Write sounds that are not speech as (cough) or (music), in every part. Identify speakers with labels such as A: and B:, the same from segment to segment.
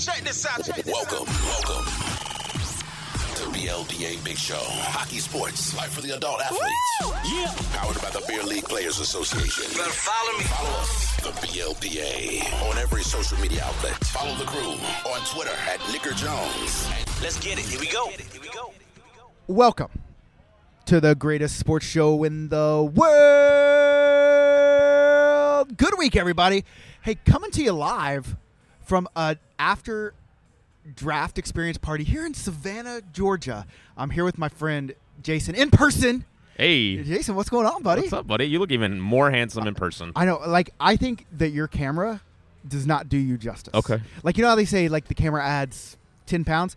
A: Check this out. Check this
B: Welcome, welcome to BLDA Big Show. Hockey sports, life for the adult athletes.
C: Yeah.
B: Powered by the Beer League Players Association.
A: out. Follow me.
B: Follow us, the BLDA, on every social media outlet. Follow the crew on Twitter at Nicker Jones.
A: Let's get it. Here we go. Here we go.
D: Welcome to the greatest sports show in the world. Good week, everybody. Hey, coming to you live from an after draft experience party here in Savannah, Georgia. I'm here with my friend Jason in person.
E: Hey,
D: Jason, what's going on, buddy?
E: what's up, buddy? You look even more handsome in person.
D: I know, like, I think that your camera does not do you justice.
E: Okay.
D: Like, you know how they say, like, the camera adds 10 pounds?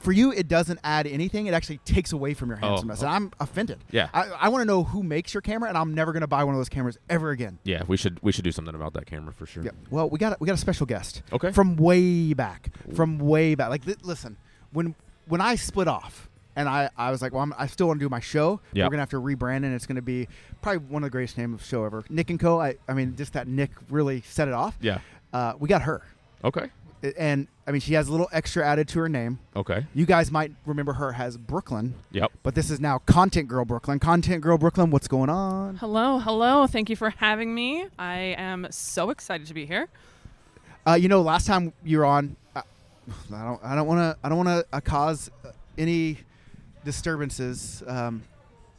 D: For you, it doesn't add anything. It actually takes away from your handsomeness. And I'm offended.
E: Oh. Yeah.
D: I, I want to know who makes your camera, and I'm never going to buy one of those cameras ever again.
E: yeah, we should we should do something about that camera for sure.
D: Yeah. Well, we got a, we got a special guest.
E: Okay.
D: From way back. From way back. Like, th- listen, when when I split off, and I, I was like, well, I'm, I still want to do my show.
E: Yeah.
D: We're gonna have to rebrand, and it's gonna be probably one of the greatest name of show ever. Nick and Co. I I mean, just that Nick really set it off.
E: Yeah.
D: Uh, we got her,
E: Okay.
D: I- and I mean, she has a little extra added to her name.
E: Okay.
D: You guys might remember her as Brooklyn.
E: Yep.
D: But this is now Content Girl Brooklyn. Content Girl Brooklyn, what's going on?
F: Hello, hello. Thank you for having me. I am so excited to be here.
D: Uh, you know, last time you were on, I, I don't, I don't want to, I don't want to uh, cause uh, any disturbances. Um,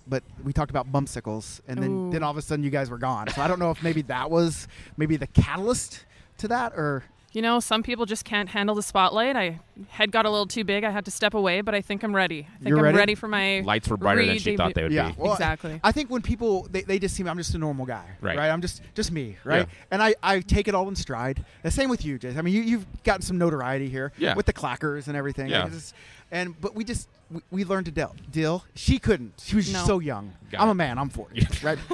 D: but we talked about bumpsicles, and then,
F: Ooh.
D: then all of a sudden you guys were gone. So I don't know if maybe that was maybe the catalyst to that, or
F: You know, some people just can't handle the spotlight. I head got a little too big. I had to step away, but I think I'm ready. I think
D: You're
F: I'm
D: ready?
F: ready? for my
E: Lights were brighter than she
F: re-debut.
E: thought they would be.
D: well,
F: Exactly.
D: I think when people they, they just seem I'm just a normal guy,
E: Right.
D: I'm just just me, right?
E: Yeah.
D: And I, I take it all in stride. The same with you, Jason. I mean, you you've gotten some notoriety here
E: Yeah.
D: with the clackers and everything.
E: Yeah.
D: Like, it's just- and but we just we, we learned to deal. Deal. She couldn't. She was
F: No.
D: so young.
E: Got
D: I'm
E: it.
D: a man. I'm 40,
E: (laughs)
D: right? (laughs)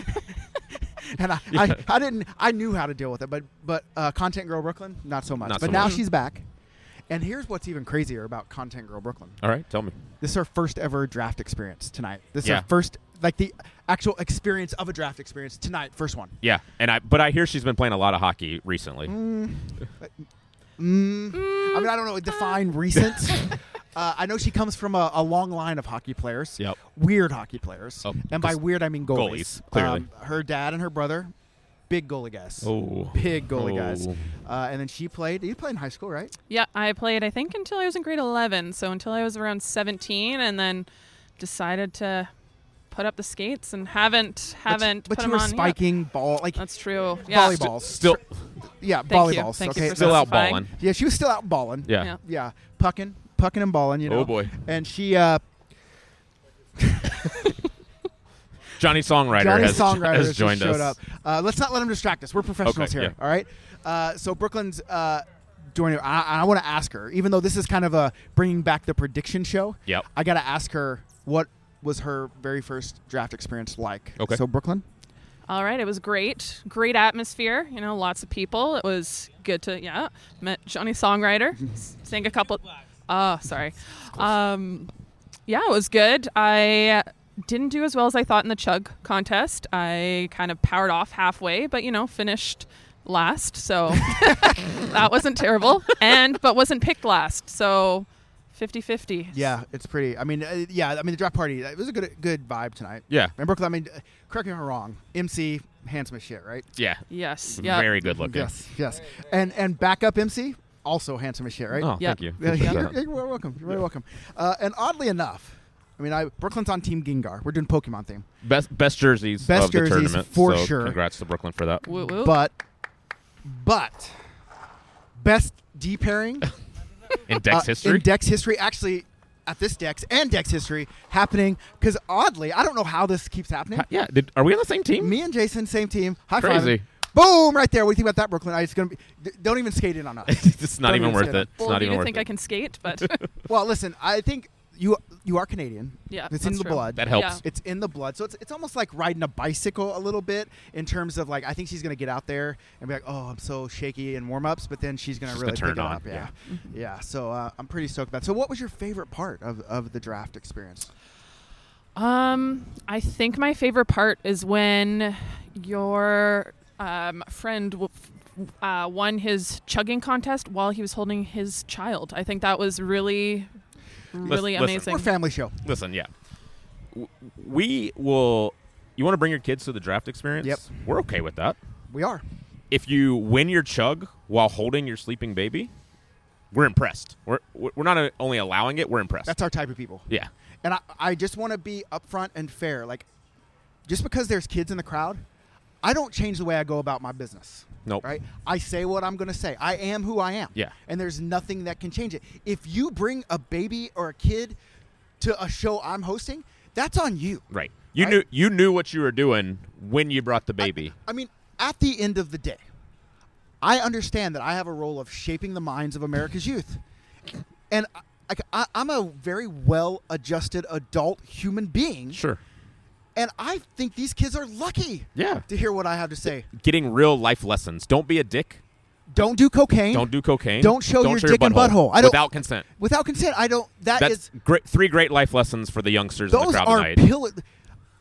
D: And I, I, I didn't I knew how to deal with it, but but uh, Content Girl Brooklyn not so much.
E: Not
D: but
E: so
D: now
E: much.
D: she's back, and here's what's even crazier about Content Girl Brooklyn
E: All right, tell me.
D: this is our first ever draft experience tonight. This is
E: Yeah.
D: our first like the actual experience of a draft experience tonight. First one.
E: Yeah, and I but I hear she's been playing a lot of hockey recently.
D: Mm. I mean, I don't know. Define
E: (laughs)
D: recent. uh, I know she comes from a, a long line of hockey players.
E: Yep.
D: Weird hockey players.
E: Oh,
D: and by
E: 'cause
D: weird, I mean goalies. Um,
E: goalies, clearly.
D: her dad and her brother, big goalie guys.
E: Oh.
D: Big goalie guys.
E: Oh.
D: Uh, and then she played. You played in high school, right?
F: yeah, I played, I think, until I was in grade 11. So until I was around 17, and then decided to put up the skates and haven't
D: But-
F: haven't
D: But,
F: put
D: you
F: them
D: were
F: on yet.
D: spiking ball, like
F: That's true. Yeah.
D: volleyballs.
E: Still
D: yeah,
F: Thank you.
D: volleyballs.
F: Thank you
D: okay,
F: for
E: still out
F: specifying.
E: balling.
D: Yeah, she was still out balling.
E: Yeah.
F: Yeah.
D: yeah, pucking, pucking and balling. You know.
E: Oh, boy.
D: And she, uh,
E: Johnny Songwriter
D: Johnny
E: has,
D: Songwriter
E: has
D: just
E: joined
D: showed
E: us.
D: up. Uh, let's not let him distract us. We're professionals
E: Okay,
D: here.
E: yeah.
D: All right. Uh, so Brooklyn's uh, joining. I, I want to ask her, even though this is kind of a bringing back the prediction show.
E: Yep.
D: I got to ask her what was her very first draft experience like.
E: Okay.
D: So Brooklyn.
F: All right, it was great. Great atmosphere, you know, lots of people. It was good to yeah. Met Johnny Songwriter, s- sang a couple Oh, sorry. Um yeah, it was good. I didn't do as well as I thought in the chug contest. I kind of powered off halfway, but you know, finished last, so (laughs) that wasn't terrible. And but wasn't picked last. So 50-50.
D: Yeah, it's pretty. I mean, uh, yeah. I mean, the draft party. It was a good, good vibe tonight.
E: Yeah.
D: And Brooklyn. I mean, uh, correct me if I'm wrong. MC, handsome as shit, right?
E: Yeah.
F: Yes. Yeah.
E: Very good looking.
D: Yes, yes. And and backup MC also handsome as shit, right?
E: Oh,
F: Yeah.
E: thank you.
D: Yeah,
E: Appreciate
D: you're,
E: that.
D: you're welcome. You're very welcome. Uh, and oddly enough, I mean, I Brooklyn's on Team Gengar. We're doing Pokemon theme,
E: Best best jerseys
D: Best
E: of the
D: jerseys,
E: tournament.
D: for
E: so
D: sure.
E: Congrats to Brooklyn for that.
F: Woo, woo.
D: but but best D
E: (laughs)
D: pairing
E: In Dex
D: uh,
E: history.
D: in Dex history actually. At this Dex and Dex history happening because oddly, I don't know how this keeps happening.
E: Ha- yeah, did, are we on the same team?
D: Me and Jason, same team. High
E: Crazy.
D: five. Boom! Right there. What do you think about that, Brooklyn? I, it's gonna be. d- Don't even skate in on us.
E: (laughs) it's not
D: Don't
E: even
D: even say
E: worth
D: that.
E: it. It's
F: Bold
E: not
F: of you
E: even
F: to
E: worth
F: think
E: it.
F: I can skate,
E: (laughs)
F: but
D: Well, listen, I think you you are Canadian.
F: Yeah,
D: it's in
F: that's
D: the
F: true.
D: blood.
E: That helps.
F: Yeah.
D: It's in the blood, so it's it's almost like riding a bicycle a little bit in terms of like I think she's gonna get out there and be like, oh, I'm so shaky in warm ups, but then she's gonna
E: She's
D: really
E: gonna turn
D: pick
E: it on,
D: up. Yeah, yeah.
F: Mm-hmm.
D: So uh, I'm pretty stoked about. It. So what was your favorite part of of the draft experience?
F: Um, I think my favorite part is when your um, friend w- f- uh, won his chugging contest while he was holding his child. I think that was really, really
E: listen.
F: amazing.
D: We're a family show.
E: Listen, yeah. W- We will. You want to bring your kids to the draft experience?
D: Yep.
E: We're okay with that.
D: We are.
E: If you win your chug while holding your sleeping baby, we're impressed. We're we're not uh, only allowing it, we're impressed.
D: That's our type of people.
E: yeah.
D: And I, I just want to be upfront and fair. Like, just because there's kids in the crowd, I don't change the way I go about my business.
E: Nope.
D: Right? I say what I'm going to say. I am who I am.
E: Yeah.
D: And there's nothing that can change it. If you bring a baby or a kid to a show I'm hosting, that's on you.
E: Right. You
D: Right?
E: knew you knew what you were doing when you brought the baby.
D: I mean, at the end of the day, I understand that I have a role of shaping the minds of America's youth. And I, I, I'm a very well adjusted adult human being.
E: sure.
D: And I think these kids are lucky
E: Yeah.
D: to hear what I have to say.
E: Getting real life lessons. Don't be a dick.
D: Don't do cocaine.
E: Don't do cocaine.
D: Don't show your dick and butthole. I don't-
E: without consent.
D: Without consent, I don't. That
E: That's
D: is-
E: great. Three great life lessons for the youngsters in
D: Those
E: the crowd
D: are
E: tonight.
D: pillar.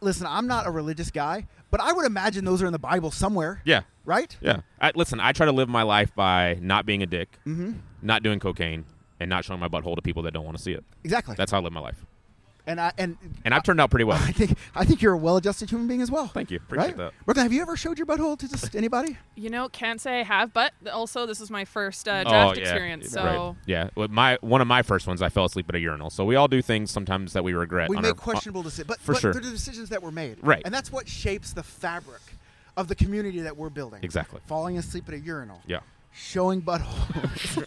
D: Listen, I'm not a religious guy, but I would imagine those are in the Bible somewhere.
E: yeah.
D: Right?
E: Yeah. I, listen, I try to live my life by not being a dick,
D: Mm-hmm.
E: not doing cocaine, and not showing my butthole to people that don't want to see it.
D: Exactly.
E: That's how I live my life,
D: and I and (laughs)
E: and I've turned out pretty well.
D: I think I think you're a well-adjusted human being as well.
E: Thank you. Appreciate
D: right?
E: that.
D: Brooklyn, have you ever showed your butthole to just
E: (laughs)
D: anybody?
F: you know, can't say I have, but th- also this is my first uh,
E: Oh,
F: draft
E: yeah.
F: experience. So
E: Right. yeah, Well, my one of my first ones, I fell asleep at a urinal. So we all do things sometimes that we regret.
D: We
E: on
D: make
E: our-
D: questionable decisions, but,
E: Uh, for
D: but
E: sure.
D: they're the decisions that were made.
E: Right.
D: And that's what shapes the fabric of the community that we're building.
E: Exactly.
D: Falling asleep at a urinal.
E: yeah,
D: showing buttholes,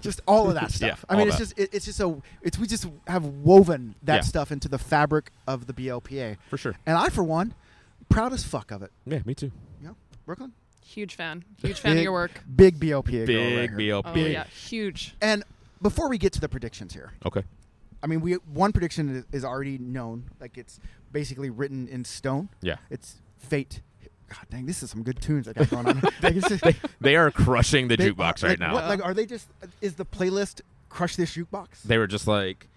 D: (laughs) just all of that stuff.
E: Yeah,
D: I mean,
E: all
D: it's
E: that.
D: just it, it's just a it's we just have woven that
E: Yeah.
D: stuff into the fabric of the BLPA.
E: for sure.
D: And I, for one, proud as fuck of it.
E: Yeah, me too.
D: You know, Brooklyn,
F: huge fan, huge fan of
D: Big-
F: your work.
D: Big BLPA, girl right
E: Big
D: here.
E: BLP.
F: Oh yeah, huge.
D: And before we get to the predictions here,
E: Okay.
D: I mean, we one prediction is- is already known, like it's basically written in stone.
E: Yeah.
D: it's fate. God dang, this is some good tunes I got going on. (laughs) Like, it's just-
E: They are crushing the
D: they- like,
E: jukebox right now.
D: what- like, are they just? Is the playlist "Crush This Jukebox"?
E: they were just like,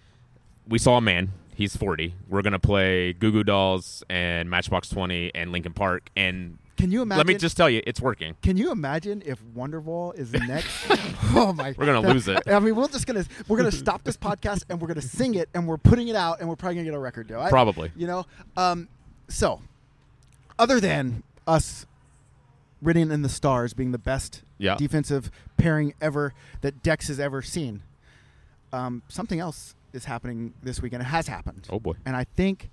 E: we saw a man. He's 40. We're gonna play Goo Goo Dolls and Matchbox 20 and Linkin Park. And
D: Can you imagine?
E: let me just tell you, it's working.
D: Can you imagine if Wonderwall is
E: (laughs)
D: next? oh my!
E: We're gonna
D: (laughs)
E: lose it.
D: I mean, we're just gonna we're
E: (laughs)
D: gonna stop this podcast and we're gonna sing it and we're putting it out and we're probably gonna get a record deal. I-
E: Probably.
D: You know. Um, so, other than us, written in the stars being the best
E: Yeah.
D: defensive pairing ever that Dex has ever seen, um, something else is happening this weekend. It has happened.
E: Oh, boy.
D: And I think.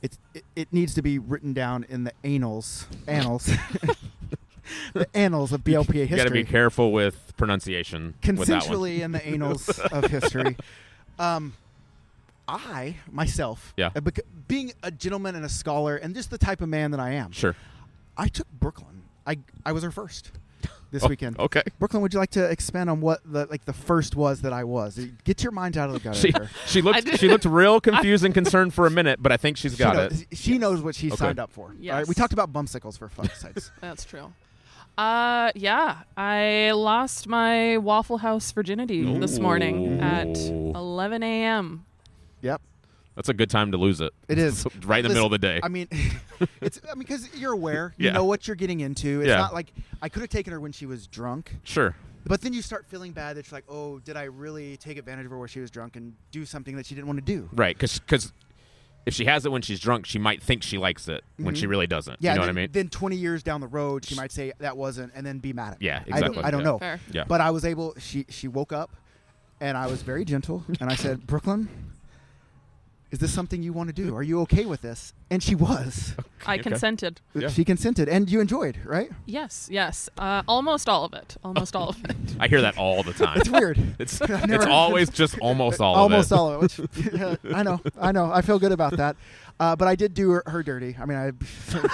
D: It's, it, it needs to be written down in the annals,
E: (laughs)
D: annals, (laughs) the annals of BLPA
E: You gotta
D: history.
E: be careful with pronunciation. with that one.
D: Consensually uh, in the annals of
E: (laughs)
D: history. Um, I myself,
E: Yeah.
D: uh, bec- being a gentleman and a scholar, and just the type of man that I am,
E: Sure.
D: I took Brooklyn. I I was her first this
E: (laughs) Oh,
D: weekend. (laughs)
E: okay.
D: Brooklyn, would you like to expand on what the like the first was that I was? Uh, Get your mind out of the gutter.
E: She,
D: here.
E: she
F: (laughs) I-
E: looked she looked real confused and concerned for a minute, but I think she's (laughs) got
D: she
E: it.
D: Knows, she knows what she signed up for.
F: Yes.
D: All right, we talked about bumpsicles for fuck's (laughs) sakes.
F: That's true. Uh, yeah, I lost my Waffle House virginity this morning at
E: Ooh.
F: 11 a.m.
D: Yep.
E: That's a good time to lose it.
D: It is
E: (laughs) right in the
D: Listen,
E: middle of the day.
D: I mean, (laughs) it's I mean because you're aware, you
E: Yeah.
D: know what you're getting into. It's
E: Yeah.
D: not like I could have taken her when she was drunk,
E: sure.
D: but then you start feeling bad that you're like, oh, did I really take advantage of her where she was drunk and do something that she didn't want to do?
E: Right, because if she has it when she's drunk, she might think she likes it when she really doesn't.
D: Mm-hmm. Yeah,
E: you know
D: then,
E: what I mean?
D: Then 20 years down the road, she might say that wasn't, and then be mad at me.
E: Yeah,
D: I
E: exactly.
D: don't, I don't
E: Yeah.
D: know.
F: Fair.
E: Yeah.
D: But I was able. She she woke up, and I was very gentle, and I
E: (laughs)
D: said, Brooklyn, is this something you want to do? Are you okay with this? And she was.
F: I
E: Okay.
F: consented.
E: Yeah.
D: She consented, and you enjoyed, right?
F: Yes, yes. Uh, almost all of it. Almost
D: (laughs)
F: all of it.
E: I hear that all the time.
D: It's weird.
E: (laughs) It's,
D: I've
E: it's
D: never- (laughs)
E: always just almost all
D: almost
E: of it.
D: all of it. Which, I know, I know. I feel good about that. Uh, but I did do her, her dirty. I mean, I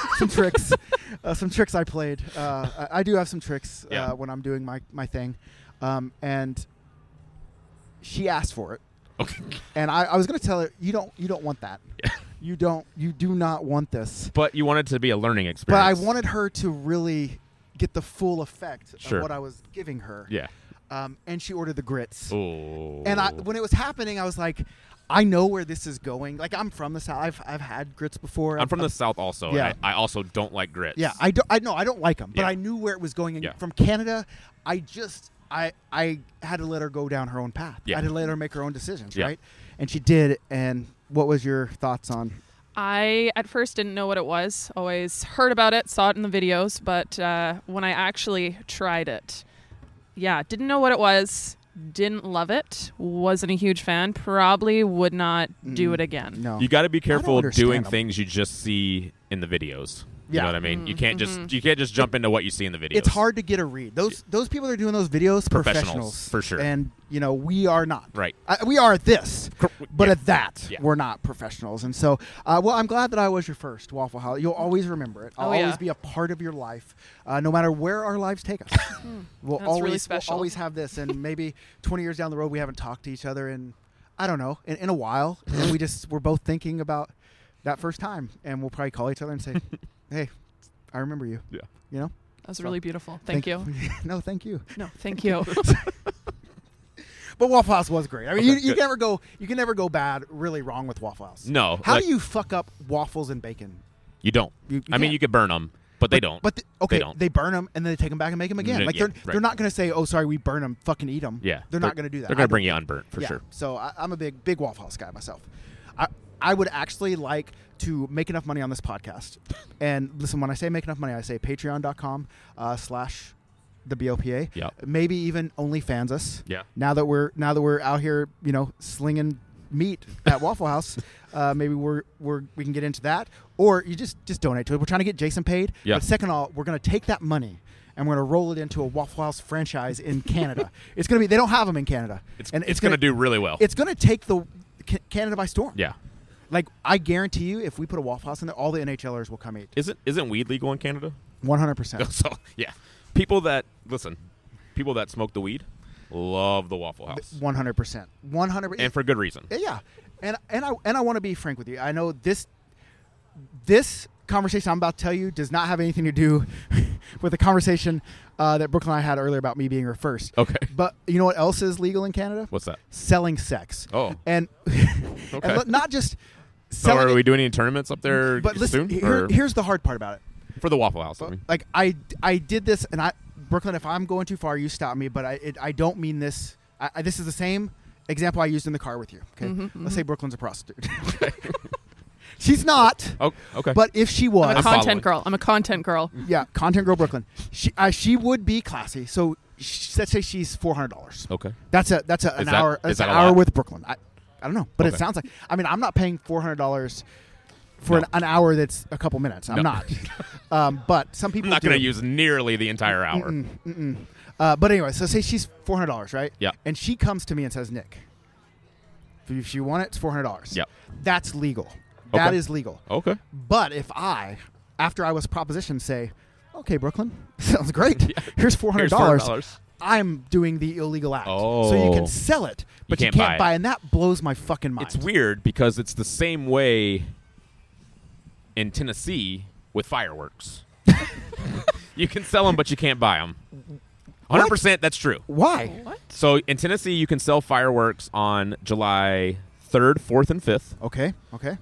D: (laughs) some tricks, uh, some tricks I played. Uh, I, I do have some tricks uh,
E: Yeah.
D: when I'm doing my my thing, um, and she asked for it,
E: Okay.
D: and I, I was gonna tell her you don't you don't want that. You don't you do not want this.
E: But you want it to be a learning experience.
D: But I wanted her to really get the full effect
E: Sure.
D: of what I was giving her.
E: Yeah.
D: um, and she ordered the grits.
E: Oh.
D: And I, when it was happening, I was like, I know where this is going. Like I'm from the south. I've, I've had grits before.
E: I'm from the south also.
D: Yeah.
E: And I, I also don't like grits.
D: Yeah, I don't. I know I don't like them, but
E: Yeah.
D: I knew where it was going. And
E: Yeah.
D: from Canada, I just I I had to let her go down her own path.
E: Yeah.
D: I had to let her make her own decisions,
E: Yeah.
D: right? And she did. And what was your thoughts on?
F: I at first didn't know what it was. Always heard about it, saw it in the videos, but uh, when I actually tried it, yeah, didn't know what it was. Didn't love it. Wasn't a huge fan. Probably would not do it again.
D: Mm. No,
E: You got to be careful
D: understand
E: doing
D: them.
E: things you just see in the videos. You
D: Yeah.
E: know what I mean? You can't just you can't just jump into what you see in the videos.
D: it's hard to get a read. Those those people that are doing those videos,
E: Professionals,
D: professionals,
E: for sure.
D: And you know we are not.
E: Right.
D: I, we are at this,
E: Cor-
D: but
E: yeah.
D: at that
E: Yeah.
D: we're not professionals. And so, uh, well, I'm glad that I was your first Waffle House. You'll always remember it. I'll
F: Oh, yeah.
D: always be a part of your life, uh, no matter where our lives
F: (laughs)
D: take us. we'll
F: Hmm. That's really
D: always we'll
F: special.
D: always have this, and
F: (laughs)
D: maybe 20 years down the road we haven't talked to each other in I don't know in, in a while, and we just we're both thinking about that first time, and we'll probably call each other and
E: (laughs)
D: say, "Hey, I remember you."
E: Yeah.
D: You know.
F: That was really beautiful. Thank, you.
D: no, thank you. (laughs)
F: No, thank you.
D: But Waffle House was great. I mean, you, you
E: good.
D: can never go you can never go bad, really wrong with Waffle House.
E: No,
D: How
E: like-
D: do you fuck up waffles and bacon?
E: You don't.
D: You- you
E: I mean,
D: can't.
E: you could burn them, but they don't.
D: But the, okay,
E: they
D: they,
E: don't.
D: burn them and then they take them back and make them again.
E: Yeah,
D: like
E: yeah,
D: they're
E: right.
D: they're not going to say, "Oh, sorry, we burn them, fucking eat them."
E: yeah,
D: they're, not going to do that.
E: They're
D: I
E: going to
D: don't-
E: bring you unburnt for
D: yeah.
E: sure.
D: So I, I'm a big big Waffle House guy myself. I I would actually like to make enough money on this
E: (laughs)
D: podcast. And listen, when I say make enough money, I say Patreon.com uh, slash the BOPA.
E: Yep.
D: Maybe even OnlyFans us.
E: Yeah.
D: Now that we're now that we're out here, you know, slinging meat at Waffle
E: (laughs)
D: House, uh, maybe we're we're we can get into that. Or you just just donate to it. We're trying to get Jason paid.
E: Yeah.
D: But second of all, we're gonna take that money. And we're gonna roll it into a Waffle House franchise in
E: (laughs)
D: Canada. it's gonna be—they don't have them in Canada.
E: It's,
D: and
E: it's, going to do really well.
D: It's gonna take the Ca- Canada by storm.
E: yeah.
D: Like I guarantee you, if we put a Waffle House in there, all the NHLers will come eat.
E: Isn't isn't weed legal in Canada?
D: One hundred percent.
E: (laughs) So yeah, people that listen, people that smoke the weed love the Waffle House,
D: One hundred percent. One hundred.
E: and for good reason.
D: Yeah, yeah. And and I and I want to be frank with you. I know this this conversation I'm about to tell you does not have anything to do (laughs) with the conversation uh, that Brooke and I had earlier about me being her first.
E: Okay.
D: But you know what else is legal in Canada?
E: What's that?
D: Selling sex.
E: Oh.
D: And, (laughs) and
E: Okay.
D: look, not just
E: So
D: selling.
E: are
D: it,
E: we doing any tournaments up there
D: but listen,
E: soon?
D: here, uh,
E: Or-
D: here's the hard part about it.
E: for the Waffle House. I mean.
D: Like I I did this and I Brooklyn. If I'm going too far, you stop me. But I it, I don't mean this. I, I, this is the same example I used in the car with you. Okay. Let's say Brooklyn's a
E: (laughs)
D: prostitute. (laughs) She's not.
E: Oh, okay.
D: But if she
F: I'm a
D: was,
E: I'm
F: content
E: following.
F: girl. I'm a content girl.
D: yeah, content girl Brooklyn. She uh, she would be classy. So sh let's say she's four hundred dollars.
E: Okay.
D: That's a that's a, an
E: Is that-
D: hour.
E: is
D: That's
E: that
D: an
E: a
D: hour
E: lot?
D: with Brooklyn. I, I don't know, but
E: Okay.
D: it sounds like. I mean, I'm not paying four hundred dollars for an,
E: No.
D: an hour that's a couple minutes. I'm
E: No. (laughs)
D: not. um, but some people
E: I'm not
D: do.
E: going to use nearly the entire hour.
D: Uh, but anyway, so say she's four hundred dollars, right?
E: Yeah.
D: And she comes to me and says, "Nick, if you want it, it's four hundred dollars."
E: Yeah.
D: That's legal. That
E: Okay.
D: is legal.
E: Okay.
D: But if I, after I was propositioned, say, "Okay, Brooklyn, (laughs) sounds great. Here's four hundred
E: $400.
D: dollars," I'm doing the illegal act. So you
E: Oh.
D: can sell it, but you
E: can't
D: can't,
E: buy it.
D: buy, and that blows my fucking mind.
E: It's weird because it's the same way in Tennessee with fireworks. (laughs) you can sell them, but you can't buy them. 100%, that's true.
D: Why?
F: What?
E: So in Tennessee, you can sell fireworks on July 3rd, 4th, and 5th,
D: Okay. Okay.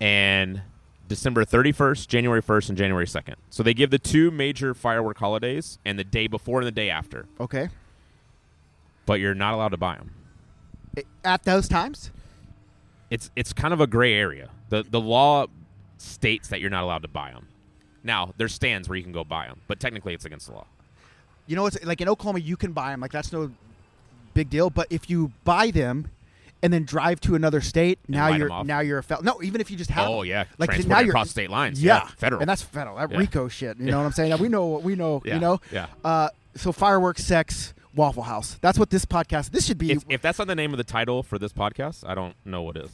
E: and December 31st, January 1st, and January 2nd. So they give the two major firework holidays and the day before and the day after,
D: Okay.
E: but you're not allowed to buy them.
D: I- At those times,
E: it's it's kind of a gray area. The the law states that you're not allowed to buy them. Now there's stands where you can go buy them, but technically it's against the law.
D: you know, it's like in Oklahoma, you can buy them. Like that's no big deal. But if you buy them and then drive to another state, now
E: light 'em
D: you're
E: off.
D: now you're a fel- no. Even if you just have
E: Oh,
D: them.
E: yeah.
D: like
E: Transported
D: now you're
E: across state lines. Yeah, federal.
D: and that's federal. That
E: Yeah.
D: RICO shit. You
E: Yeah.
D: know what I'm saying? Now, we know what we know.
E: Yeah,
D: You know.
E: yeah.
D: Uh, so fireworks, sex, Waffle House. That's what this podcast. This should be
E: If, if that's not the name of the title for this podcast, I don't know what is.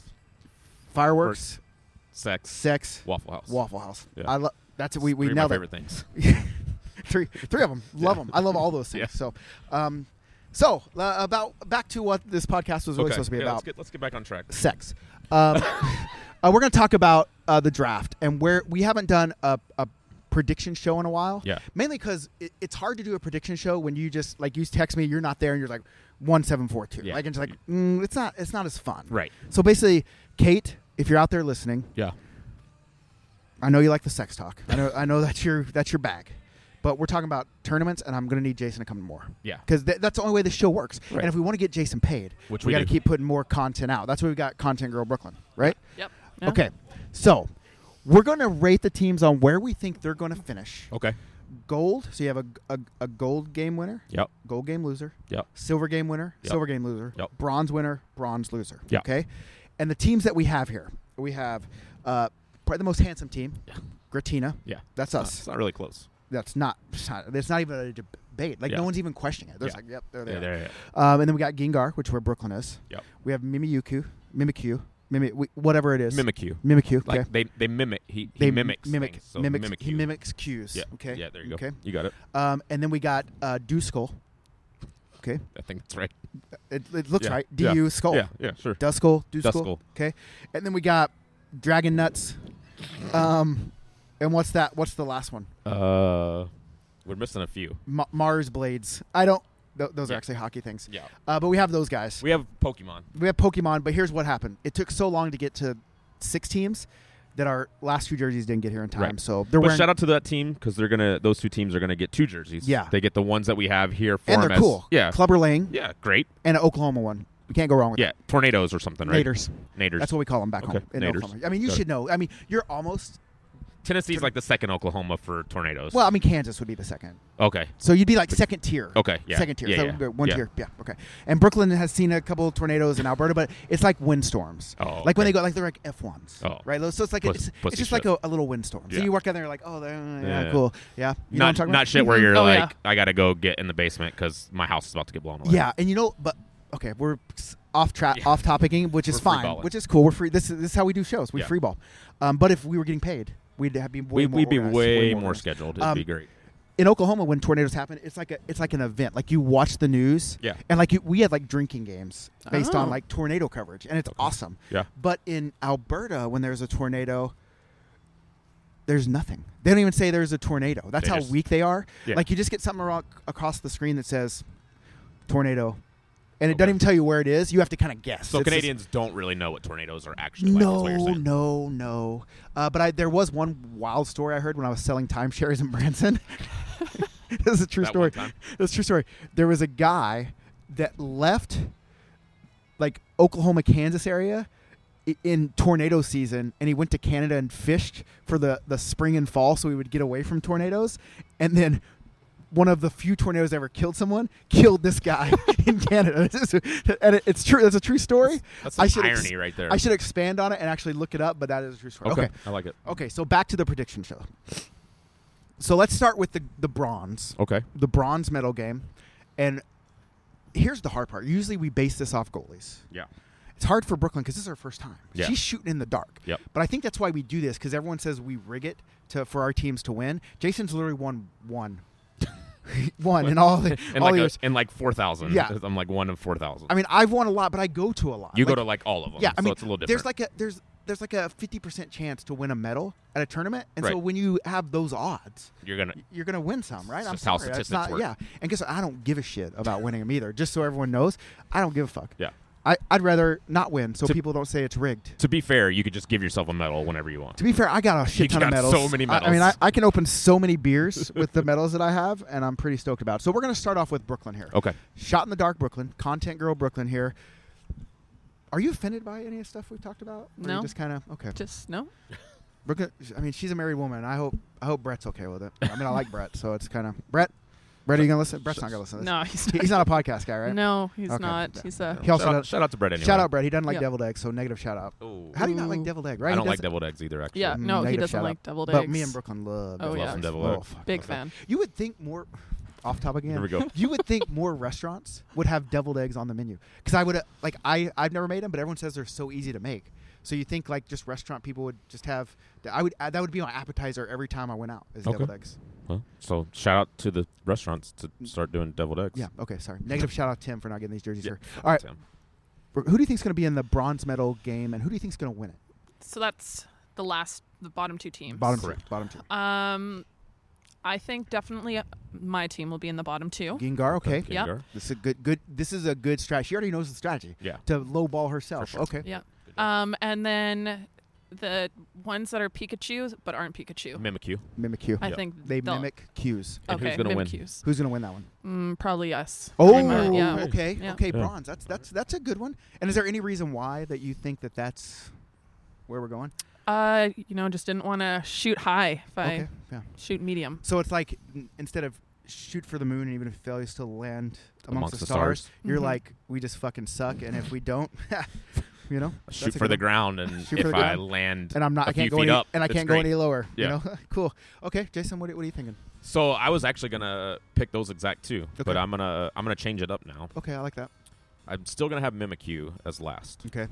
D: fireworks,
E: Sex,
D: sex,
E: Waffle House,
D: Waffle House.
E: Yeah.
D: I love. That's we we
E: Three of my
D: nailed it.
E: favorite things.
D: (laughs) three three of them love them i love all those things
E: (laughs) Yeah.
D: so um so uh, about back to what this podcast was really supposed to be
E: yeah,
D: about
E: Let's get, let's get back on track.
D: sex (laughs) um, uh, we're going to talk about uh, the draft and where we haven't done a, a prediction show in a while.
E: Yeah.
D: Mainly because it, it's hard to do a prediction show when you just like you text me, you're not there, and you're like one seven four two.
E: Yeah.
D: Like it's like mm, it's not it's not as fun.
E: Right.
D: So basically, Kate, if you're out there listening,
E: Yeah.
D: I know you like the sex talk. I know I know that's your that's your bag. But we're talking about tournaments, and I'm going to need Jason to come to more.
E: Yeah.
D: because that's the only way the show works.
E: Right.
D: And if we want to get Jason paid,
E: Which we
D: we got to
E: do.
D: keep putting more content out. That's why we got Content Girl Brooklyn, right?
F: Yep. Yeah.
D: Okay, so we're going to rate the teams on where we think they're going to finish.
E: Okay.
D: Gold, so you have a, a, a gold game winner,
E: Yep.
D: gold game loser,
E: Yep.
D: silver game winner,
E: Yep.
D: silver game loser,
E: Yep.
D: bronze winner, bronze loser.
E: Yep.
D: Okay, and the teams that we have here, we have uh, probably the most handsome team, Gratina.
E: Yeah.
D: That's
E: It's not-
D: us.
E: It's not really close.
D: That's not. It's not, it's not even a debate. Like
E: Yeah.
D: no one's even questioning it. They're just
E: Yeah.
D: like, yep, there they
E: Yeah,
D: are.
E: there they are.
D: Um, and then we got Gengar, which where Brooklyn is.
E: Yep.
D: We have Mimikyu, Mimikyu, Mimi, we- whatever it is.
E: Mimicyu.
D: Mimikyu.
E: Like
D: okay.
E: they, they mimic. He, he
D: They
E: mimics.
D: mimic,
E: things, so
D: mimics, he
E: Mimicyu.
D: mimics cues.
E: Yeah.
D: Okay.
E: Yeah. There you go.
D: Okay.
E: You got it.
D: Um, and then we got uh, Duskull. Okay.
E: I think that's right.
D: It, it looks
E: Yeah.
D: right. Du
E: Yeah.
D: Skull.
E: Yeah. Yeah. Sure.
D: Duskull, Duskull.
E: Duskull.
D: Okay. And then we got Dragon Nuts. Um, and what's that? What's the last one?
E: Uh, we're missing a few.
D: Ma- Mars Blades. I don't. Th- those
E: Yeah.
D: are actually hockey things.
E: Yeah.
D: Uh, but we have those guys.
E: We have Pokemon.
D: we have Pokemon, but here's what happened. It took so long to get to six teams that our last few jerseys didn't get here in time.
E: Right.
D: So they're
E: but
D: wearing
E: shout out to that team because they're gonna. Those two teams are gonna get two jerseys.
D: Yeah.
E: They get the ones that we have here for
D: and
E: them
D: they're
E: as-
D: cool.
E: Yeah.
D: Clubber Lang
E: yeah. Great.
D: and an Oklahoma one. You can't go wrong with
E: Yeah. Tornadoes or something.
D: that.
E: Right.
D: Naders.
E: Naders.
D: That's what we call them back
E: Okay,
D: home in
E: Naders.
D: Oklahoma. I mean, you
E: Got it.
D: should know. I mean, you're almost
E: Tennessee's like the second Oklahoma for tornadoes.
D: well. I mean, Kansas would be the second.
E: okay.
D: So you'd be like second tier.
E: Okay, yeah.
D: Second tier.
E: Yeah,
D: so
E: yeah,
D: we're one
E: yeah.
D: tier. Yeah. Okay. And Brooklyn has seen a couple of tornadoes in Alberta, but it's like windstorms.
E: Oh,
D: Like when
E: okay.
D: they go, like they're like F ones.
E: Oh.
D: Right. So it's like
E: Puss-
D: it's,
E: pussy
D: it's just like
E: shit.
D: a, a little windstorm. So
E: Yeah.
D: you walk out there, you're like, oh, they're, yeah,
E: Yeah.
D: cool. Yeah. You know what I'm
E: not
D: talking
E: not
D: about? Mm-hmm.
E: shit where you're
F: Oh,
E: like
F: yeah.
E: I gotta go get in the basement because my house is about to get blown away.
D: Yeah, and you know, but okay, we're s- off track,
E: Yeah.
D: off topicing, which is
E: We're
D: fine,
E: freeballing.
D: which is cool. We're free. This is this is how we do shows. We
E: Yeah.
D: free freeball. Um, but if we were getting paid, we'd have be way
E: we,
D: more
E: we'd be
D: organized,
E: way more
D: organized.
E: scheduled. It'd
D: Um,
E: be great.
D: in Oklahoma when tornadoes happen, it's like a it's like an event. Like you watch the news,
E: Yeah.
D: and like you, we had like drinking games based on
F: Oh.
D: like tornado coverage, and it's awesome.
E: Yeah.
D: But in Alberta, when there's a tornado, there's nothing. They don't even say there's a tornado. That's
E: They
D: how
E: just-
D: weak they are.
E: Yeah.
D: Like you just get something around, across the screen that says tornado, and it
E: Okay.
D: doesn't even tell you where it is. You have to kind of guess.
E: So
D: It's just-
E: Canadians don't really know what tornadoes are actually like. is
D: no,
E: what you're saying.
D: no, no. Uh, but I, there was one wild story I heard when I was selling timeshares in Branson. (laughs) this is a true
E: That
D: story.
E: one time.
D: This is a true story. There was a guy that left, like Oklahoma, Kansas area, i- in tornado season, and he went to Canada and fished for the the spring and fall, so he would get away from tornadoes, and then. One of the few tornadoes that ever killed someone killed this
E: (laughs)
D: guy (laughs) in Canada, and it, it's true. That's a true story.
E: That's
D: I
E: some
D: should ex-
E: irony right there.
D: I should expand on it and actually look it up, but that is a true story.
E: Okay.
D: Okay.
E: I like it.
D: Okay, so back to the prediction show. So let's start with the the bronze.
E: Okay.
D: The bronze medal game. And here's the hard part. Usually we base this off goalies.
E: Yeah.
D: It's hard for Brooklyn because this is her first time.
E: Yeah.
D: She's shooting in the dark.
E: Yep.
D: But I think that's why we do this because everyone says we rig it to for our teams to win. Jason's literally won one. (laughs) one in all
E: (laughs)
D: the
E: And
D: all
E: like, a,
D: years.
E: and like four thousand.
D: Yeah.
E: (laughs) I'm like one of four thousand.
D: I mean, I've won a lot, but I go to a lot.
E: you
D: Like,
E: go to like all of them.
D: Yeah, I mean,
E: so it's a little different.
D: there's like a there's there's like a fifty percent chance to win a medal at a tournament, and so
E: Right.
D: when you have those odds,
E: you're gonna.
D: you're gonna win some, right?
E: It's
D: I'm
E: just how
D: sorry, that's
E: statistics
D: not,
E: work.
D: Yeah, and guess what? I don't give a shit about winning them either. Just so everyone knows, I don't give a fuck.
E: Yeah.
D: I, I'd rather not win so
E: To-
D: people don't say it's rigged.
E: To be fair, you could just give yourself a medal whenever (laughs) you want.
D: To be fair, I got a shit ton of
E: got
D: medals.
E: so many
D: I- I, mean, I,
E: medals.
D: I can open so many beers (laughs) with the medals that I have, and I'm pretty stoked about. it. So we're gonna start off with Brooklyn here.
E: Okay.
D: Shot in the dark, Brooklyn. Content girl, Brooklyn here. Are you offended by any of the stuff we've talked about? Or
F: No.
D: You just kind of okay.
F: Just no.
D: Brooke, I mean, she's a married woman. I hope I hope Brett's okay with it. I mean, I like Brett, so it's kind of Brett. Brett, are you gonna listen? Brett's not gonna listen. To this. (laughs)
F: No, he's
D: He-
F: not.
D: he's not a podcast guy, right?
F: No, he's
D: Okay.
F: not. He's a.
D: He also
E: shout, out,
D: does-
E: shout out to Brett anyway.
D: Shout out, Brett. He doesn't like
F: Yeah.
D: deviled egg, so negative shout out.
E: Ooh.
D: How do you not like
F: Ooh.
D: deviled egg? Right?
E: I
D: He
E: don't like
D: doesn't-
E: deviled eggs either. Actually.
F: Yeah, no, he
D: Negative
F: doesn't
D: shout
F: like
D: out.
F: deviled
D: But
F: eggs.
D: me and Brooklyn love.
F: Oh,
D: deviled
F: yeah.
D: eggs.
E: Love some deviled egg.
D: fuck,
F: Big
D: love
F: fan.
D: that. You would think more. Off topic again.
E: Here we go.
D: You would think more restaurants would have deviled eggs on the menu because I would uh, like I I've never made them, but everyone says they're so easy to make. So you think like just restaurant people would just have? I would uh, that would be my appetizer every time I went out is
E: Okay.
D: deviled eggs.
E: Well, so shout out to the restaurants to start doing deviled
D: Mm.
E: eggs.
D: Yeah. Okay. Sorry. Negative shout out Tim for not getting these jerseys
E: Yeah.
D: here. All right.
E: Tim.
D: Who do you think's going to be in the bronze medal game, and who do you think's going to win it?
F: So that's the last, the bottom two teams.
D: Bottom two. Bottom two.
F: Um, I think definitely uh, my team will be in the bottom two.
D: Gingar, okay.
E: Gengar.
F: Yep.
D: This is a good good this is a good strategy. She already knows the strategy.
E: Yeah.
D: To lowball herself.
E: sure.
D: Okay.
F: Yeah. Um, and then the ones that are Pikachu but aren't Pikachu.
E: Mimikyu.
D: Mimicyu.
F: I think
D: they
F: they'll-
D: mimic cues.
E: And
F: Okay,
E: who's gonna win?
F: Mimikyu.
D: Who's gonna win that one?
F: Mm, probably us.
D: Oh,
F: Gingar, yeah.
D: okay,
F: Yeah.
D: okay, bronze. That's that's that's a good one. And is there any reason why that you think that that's where we're going?
F: Uh, you know, just didn't want to shoot high if I
D: Okay, yeah.
F: shoot medium.
D: So it's like n- instead of shoot for the moon, and even if it fails, to land amongst,
E: Amongst
D: the
E: the
D: stars.
E: stars.
D: You're
F: Mm-hmm.
D: like, we just fucking suck, and if we don't, (laughs) you know,
E: Shoot
D: that's a
E: for
D: good
E: the
D: one.
E: ground, and
D: Shoot for
E: if
D: the
E: I
D: ground.
E: land
D: and I'm not,
E: a
D: I can't
E: few
D: go
E: feet
D: any,
E: up,
D: and I
E: it's
D: can't go
E: great.
D: any lower.
E: Yeah.
D: You know, (laughs) cool. Okay, Jason, what, do- what are you thinking?
E: So I was actually gonna pick those exact two, but
D: Okay.
E: I'm gonna I'm gonna change it up now.
D: Okay, I like that.
E: I'm still gonna have Mimikyu as last.
D: Okay,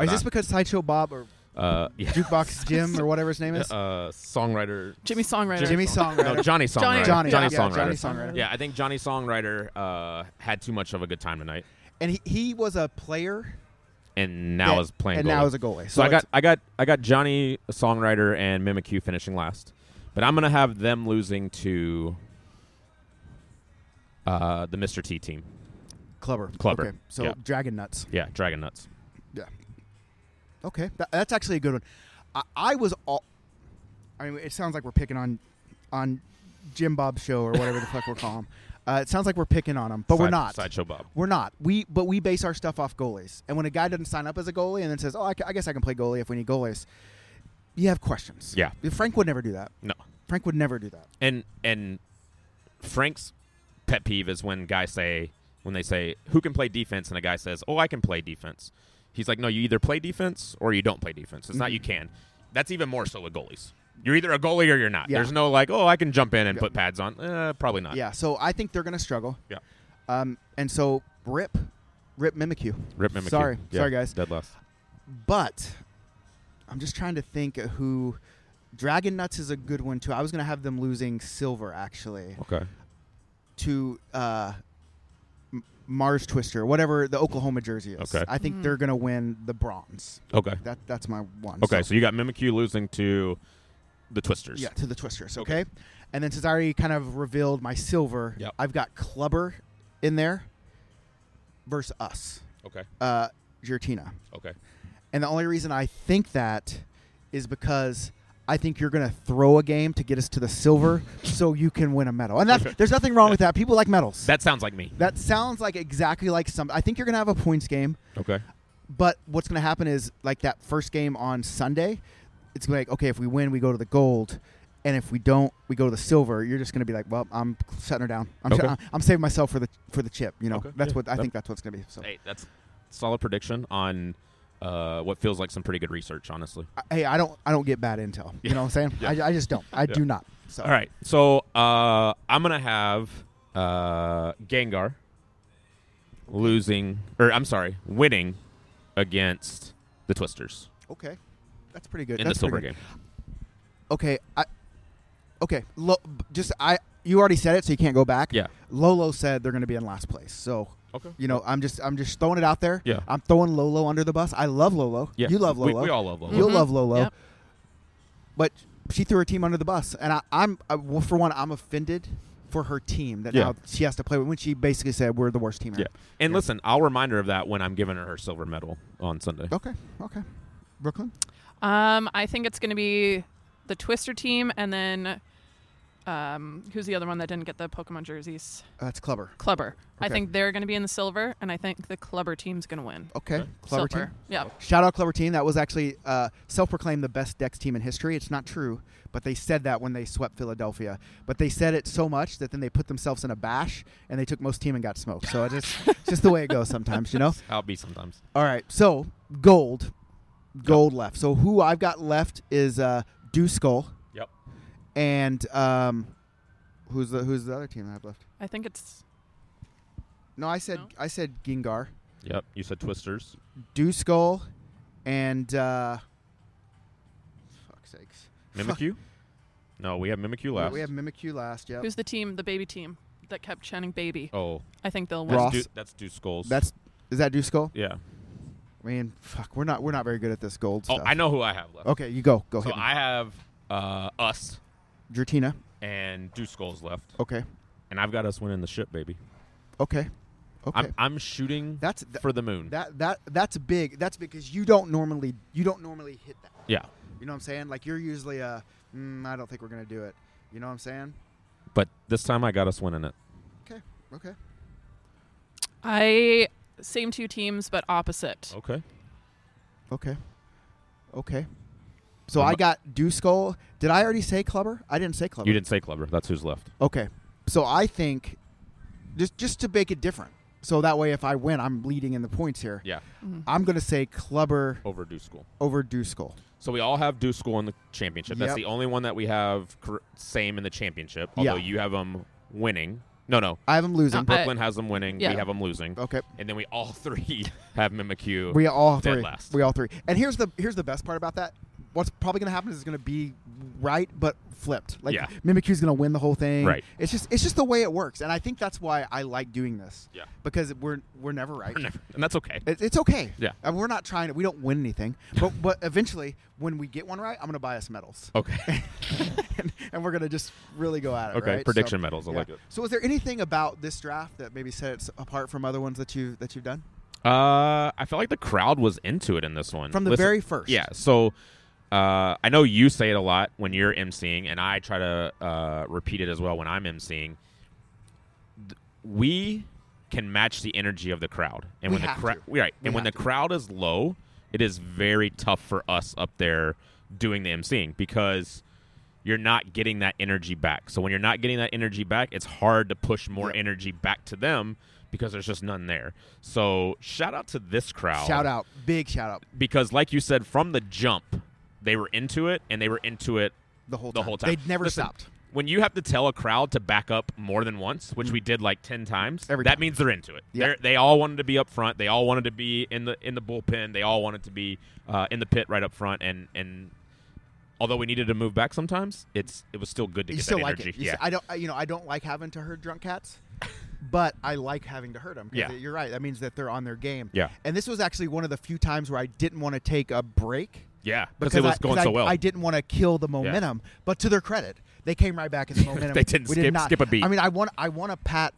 D: is this
E: I-
D: because Sideshow Bob or
E: Uh, yeah.
D: Jukebox Jim or whatever his name is?
E: (laughs) Uh, songwriter.
F: Jimmy Songwriter.
D: Jimmy Songwriter.
E: No, Johnny
F: Johnny.
E: Songwriter.
D: Johnny,
E: Johnny
D: yeah,
E: Songwriter.
D: Johnny Songwriter.
E: Yeah, I think Johnny Songwriter uh, had too much of a good time tonight,
D: and he, he was a player
E: and now
D: that-
E: is playing.
D: and
E: goalie.
D: now is a goalie.
E: So I
D: it's-
E: got I got I got Johnny Songwriter and Mimikyu finishing last, but I'm gonna have them losing to uh, the Mr. T team.
D: Clubber.
E: Clubber.
D: Okay, so
E: Yeah.
D: Dragon Nuts.
E: Yeah, Dragon Nuts.
D: Yeah. Okay, Tha- that's actually a good one. I, I was all. I mean, it sounds like we're picking on, on, Jim Bob's show or whatever the fuck we're calling him. Uh, it sounds like we're picking on him, but we're
E: Side-
D: not.
E: Sideshow Bob.
D: We're not. We but we base our stuff off goalies. And when a guy doesn't sign up as a goalie and then says, "Oh, I, ca- I guess I can play goalie if we need goalies," you have questions.
E: Yeah.
D: Frank would never do that.
E: No,
D: Frank would never do that.
E: and and Frank's pet peeve is when guys say when they say who can play defense, and a guy says, "Oh, I can play defense." He's like, "No, you either play defense or you don't play defense. It's
D: Mm-hmm.
E: not you can." That's even more so with goalies. You're either a goalie or you're not.
D: Yeah.
E: There's no like, "Oh, I can jump in and
D: Yeah.
E: put pads on." Uh, probably not.
D: Yeah. So I think they're gonna struggle.
E: Yeah.
D: Um. And so rip, rip Mimikyu.
E: Rip Mimikyu.
D: Sorry.
E: Yeah,
D: Sorry, guys.
E: Dead last.
D: But I'm just trying to think of who. Dragon Nuts is a good one too. I was gonna have them losing silver actually
E: Okay.
D: to uh, M- Mars Twister, whatever the Oklahoma jersey is.
E: Okay.
D: I think they're gonna win the bronze.
E: Okay.
D: That that's my one.
E: Okay. So you got Mimikyu losing to the Twisters.
D: yeah, to the Twisters. Okay. And then since I already kind of revealed my silver,
E: Yep.
D: I've got Clubber in there versus us,
E: Okay.
D: uh, Giratina.
E: Okay.
D: And the only reason I think that is because I think you're going to throw a game to get us to the silver so you can win a medal. And
E: (laughs)
D: that's, there's nothing wrong with that. People like medals.
E: That sounds like me.
D: that sounds like exactly like some. I think you're going to have a points game.
E: Okay.
D: But what's going to happen is like that first game on Sunday, it's gonna be like okay, if we win, we go to the gold, and if we don't, we go to the silver. You're just going to be like, well, I'm shutting her down. I'm,
E: Okay.
D: shut- I'm saving myself for the for the chip. You know,
E: Okay,
D: that's
E: yeah,
D: what I
E: that-
D: think that's what's going to be. So
E: Hey, that's solid prediction on uh, what feels like some pretty good research, honestly.
D: I- hey, I don't I don't get bad intel. You know what I'm saying? I, I just don't. I do not. So
E: All right. So uh, I'm gonna have uh, Gengar losing, or I'm sorry, winning against the Twisters
D: okay, that's pretty good.
E: in
D: that's
E: the silver
D: pretty good.
E: game.
D: Okay, I okay. Lo, just I you already said it, so you can't go back.
E: Yeah.
D: Lolo said they're going to be in last place. So
E: Okay.
D: You know, I'm just I'm just throwing it out there.
E: Yeah.
D: I'm throwing Lolo under the bus. I love Lolo.
E: Yeah.
D: You love
E: We-
D: Lolo.
E: we all love Lolo.
D: You'll
F: Mhm.
D: love Lolo.
F: Yep.
D: But she threw her team under the bus, and I, I'm I, well, for one, I'm offended for her team that
E: Yeah.
D: now she has to play with when she basically said we're the worst team.
E: Yeah.
D: ever."
E: And listen, I'll remind her of that when I'm giving her her silver medal on Sunday.
D: Okay. Okay. Brooklyn.
F: Um, I think it's going to be the Twister team, and then um, who's the other one that didn't get the Pokemon jerseys?
D: That's clever.
F: Clubber. I
D: Okay.
F: think they're going to be in the silver, and I think the Clubber team's going to win.
D: Okay. Clever
F: silver.
D: team. Oh.
F: Yeah.
D: Shout out Clever Team. That was actually uh, self-proclaimed the best Dex team in history. It's not true, but they said that when they swept Philadelphia. But they said it so much that then they put themselves in a bash and they took most team and got smoked. So it just it's just the way it goes sometimes, you know.
E: I'll be sometimes.
D: All right, so gold, gold left. So who I've got left is uh, Dewskull
E: Yep.
D: and um, who's the who's the other team I have left?
F: I think it's
D: No, I said
F: No?
D: I said Gingar,
E: Yep. You said Twisters.
D: Dewskull, and uh, fuck's sakes.
E: Mimikyu? no, we have Mimikyu last.
D: We have Mimikyu last. Yep.
F: who's the team, the baby team that kept chanting baby.
E: oh,
F: I think they'll win.
D: Ross.
E: that's Du- that's Deuce Skulls.
D: That's is that Dewskull?
E: yeah.
D: I mean, fuck, we're not we're not very good at this gold
E: Oh,
D: stuff.
E: I know who I have left.
D: Okay, you go go.
E: So
D: hit me.
E: I have uh, us,
D: Dratina.
E: and Deuce Skulls left,
D: Okay.
E: and I've got us winning the ship, baby.
D: Okay. Okay.
E: I'm I'm shooting
D: That's- that-
E: for the moon.
D: that that that's big. That's because you don't normally you don't normally hit that.
E: yeah,
D: You know what I'm saying? Like you're usually a, mm, I don't think we're gonna do it. You know what I'm saying?
E: but this time I got us winning it.
D: Okay. Okay.
F: I same two teams but opposite.
D: Oh.
E: Okay.
D: Okay. Okay. So
E: Am
D: I
E: I-
D: got Dew Skull. Did I already say Clubber? I didn't say Clubber.
E: You didn't say Clubber. That's who's left.
D: Okay. So I think just just to make it different. So that way if I win, I'm leading in the points here.
E: Yeah,
D: I'm going to say Clubber
E: over Deuce School.
D: over Dew Skull.
E: So we all have Deuce School in the championship. That's
D: Yep.
E: the only one that we have cor- same in the championship. Although
D: Yeah.
E: you have them winning. No, no.
D: I have him losing.
F: Uh, I-
E: Brooklyn has them winning.
F: yeah.
E: We have them losing.
D: okay.
E: And then we all (laughs) three have Mimikyu.
D: We all
E: dead
D: three.
E: last.
D: We all three. And here's the here's the best part about that. What's probably going to happen is it's going to be right, but flipped. Like
E: Yeah.
D: Mimikyu's going to win the whole thing.
E: Right.
D: It's just it's just the way it works, and I think that's why I like doing this.
E: Yeah.
D: Because we're we're never right.
E: and that's okay.
D: It, it's okay.
E: Yeah.
D: And we're not trying to. We don't win anything.
E: (laughs)
D: But but eventually, when we get one right, I'm going to buy us medals. (laughs)
E: Okay. (laughs)
D: and, and we're going to just really go at it.
E: Okay,
D: right?
E: prediction medals. I like it.
D: So, is there anything about this draft that maybe set it s- apart from other ones that you that you've done?
E: Uh, I felt like the crowd was into it in this one
D: From the
E: Listen-
D: very first.
E: Yeah. So, uh, I know you say it a lot when you're emceeing, and I try to uh, repeat it as well when I'm emceeing. Th- We can match the energy of the crowd, and
D: We
E: when the
D: have
E: crowd,
D: to.
E: right,
D: We
E: and when the
D: have to.
E: crowd is low, it is very tough for us up there doing the emceeing because you're not getting that energy back. So when you're not getting that energy back, it's hard to push more
D: Yep.
E: energy back to them because there's just none there. So shout out to this crowd.
D: Shout out, big shout out,
E: Because like you said, from the jump, they were into it and they were into it
D: the whole
E: the
D: time.
E: whole time.
D: They'd never
E: Listen,
D: stopped.
E: When you have to tell a crowd to back up more than once, which we did like ten times,
D: Mm. Every
E: that
D: time.
E: means they're into it.
D: Yeah.
E: They're, they all wanted to be up front. They all wanted to be in the in the bullpen. They all wanted to be uh, in the pit right up front. And and although we needed to move back sometimes, it's it was still good to
D: You
E: get
D: still
E: that
D: like
E: energy.
D: it. You
E: yeah,
D: s- I don't. I- You know, I don't like having to herd drunk cats,
E: (laughs)
D: but I like having to herd them.
E: Yeah.
D: you're right. That means that they're on their game.
E: Yeah.
D: And this was actually one of the few times where I didn't want to take a break.
E: yeah, because it was
D: I,
E: going
D: 'cause
E: so
D: I-
E: well.
D: I didn't want to kill the momentum, but to their credit, they came right back in the momentum.
E: (laughs) They didn't
D: we
E: skip-
D: did not.
E: skip a beat.
D: I mean, I want I want to pat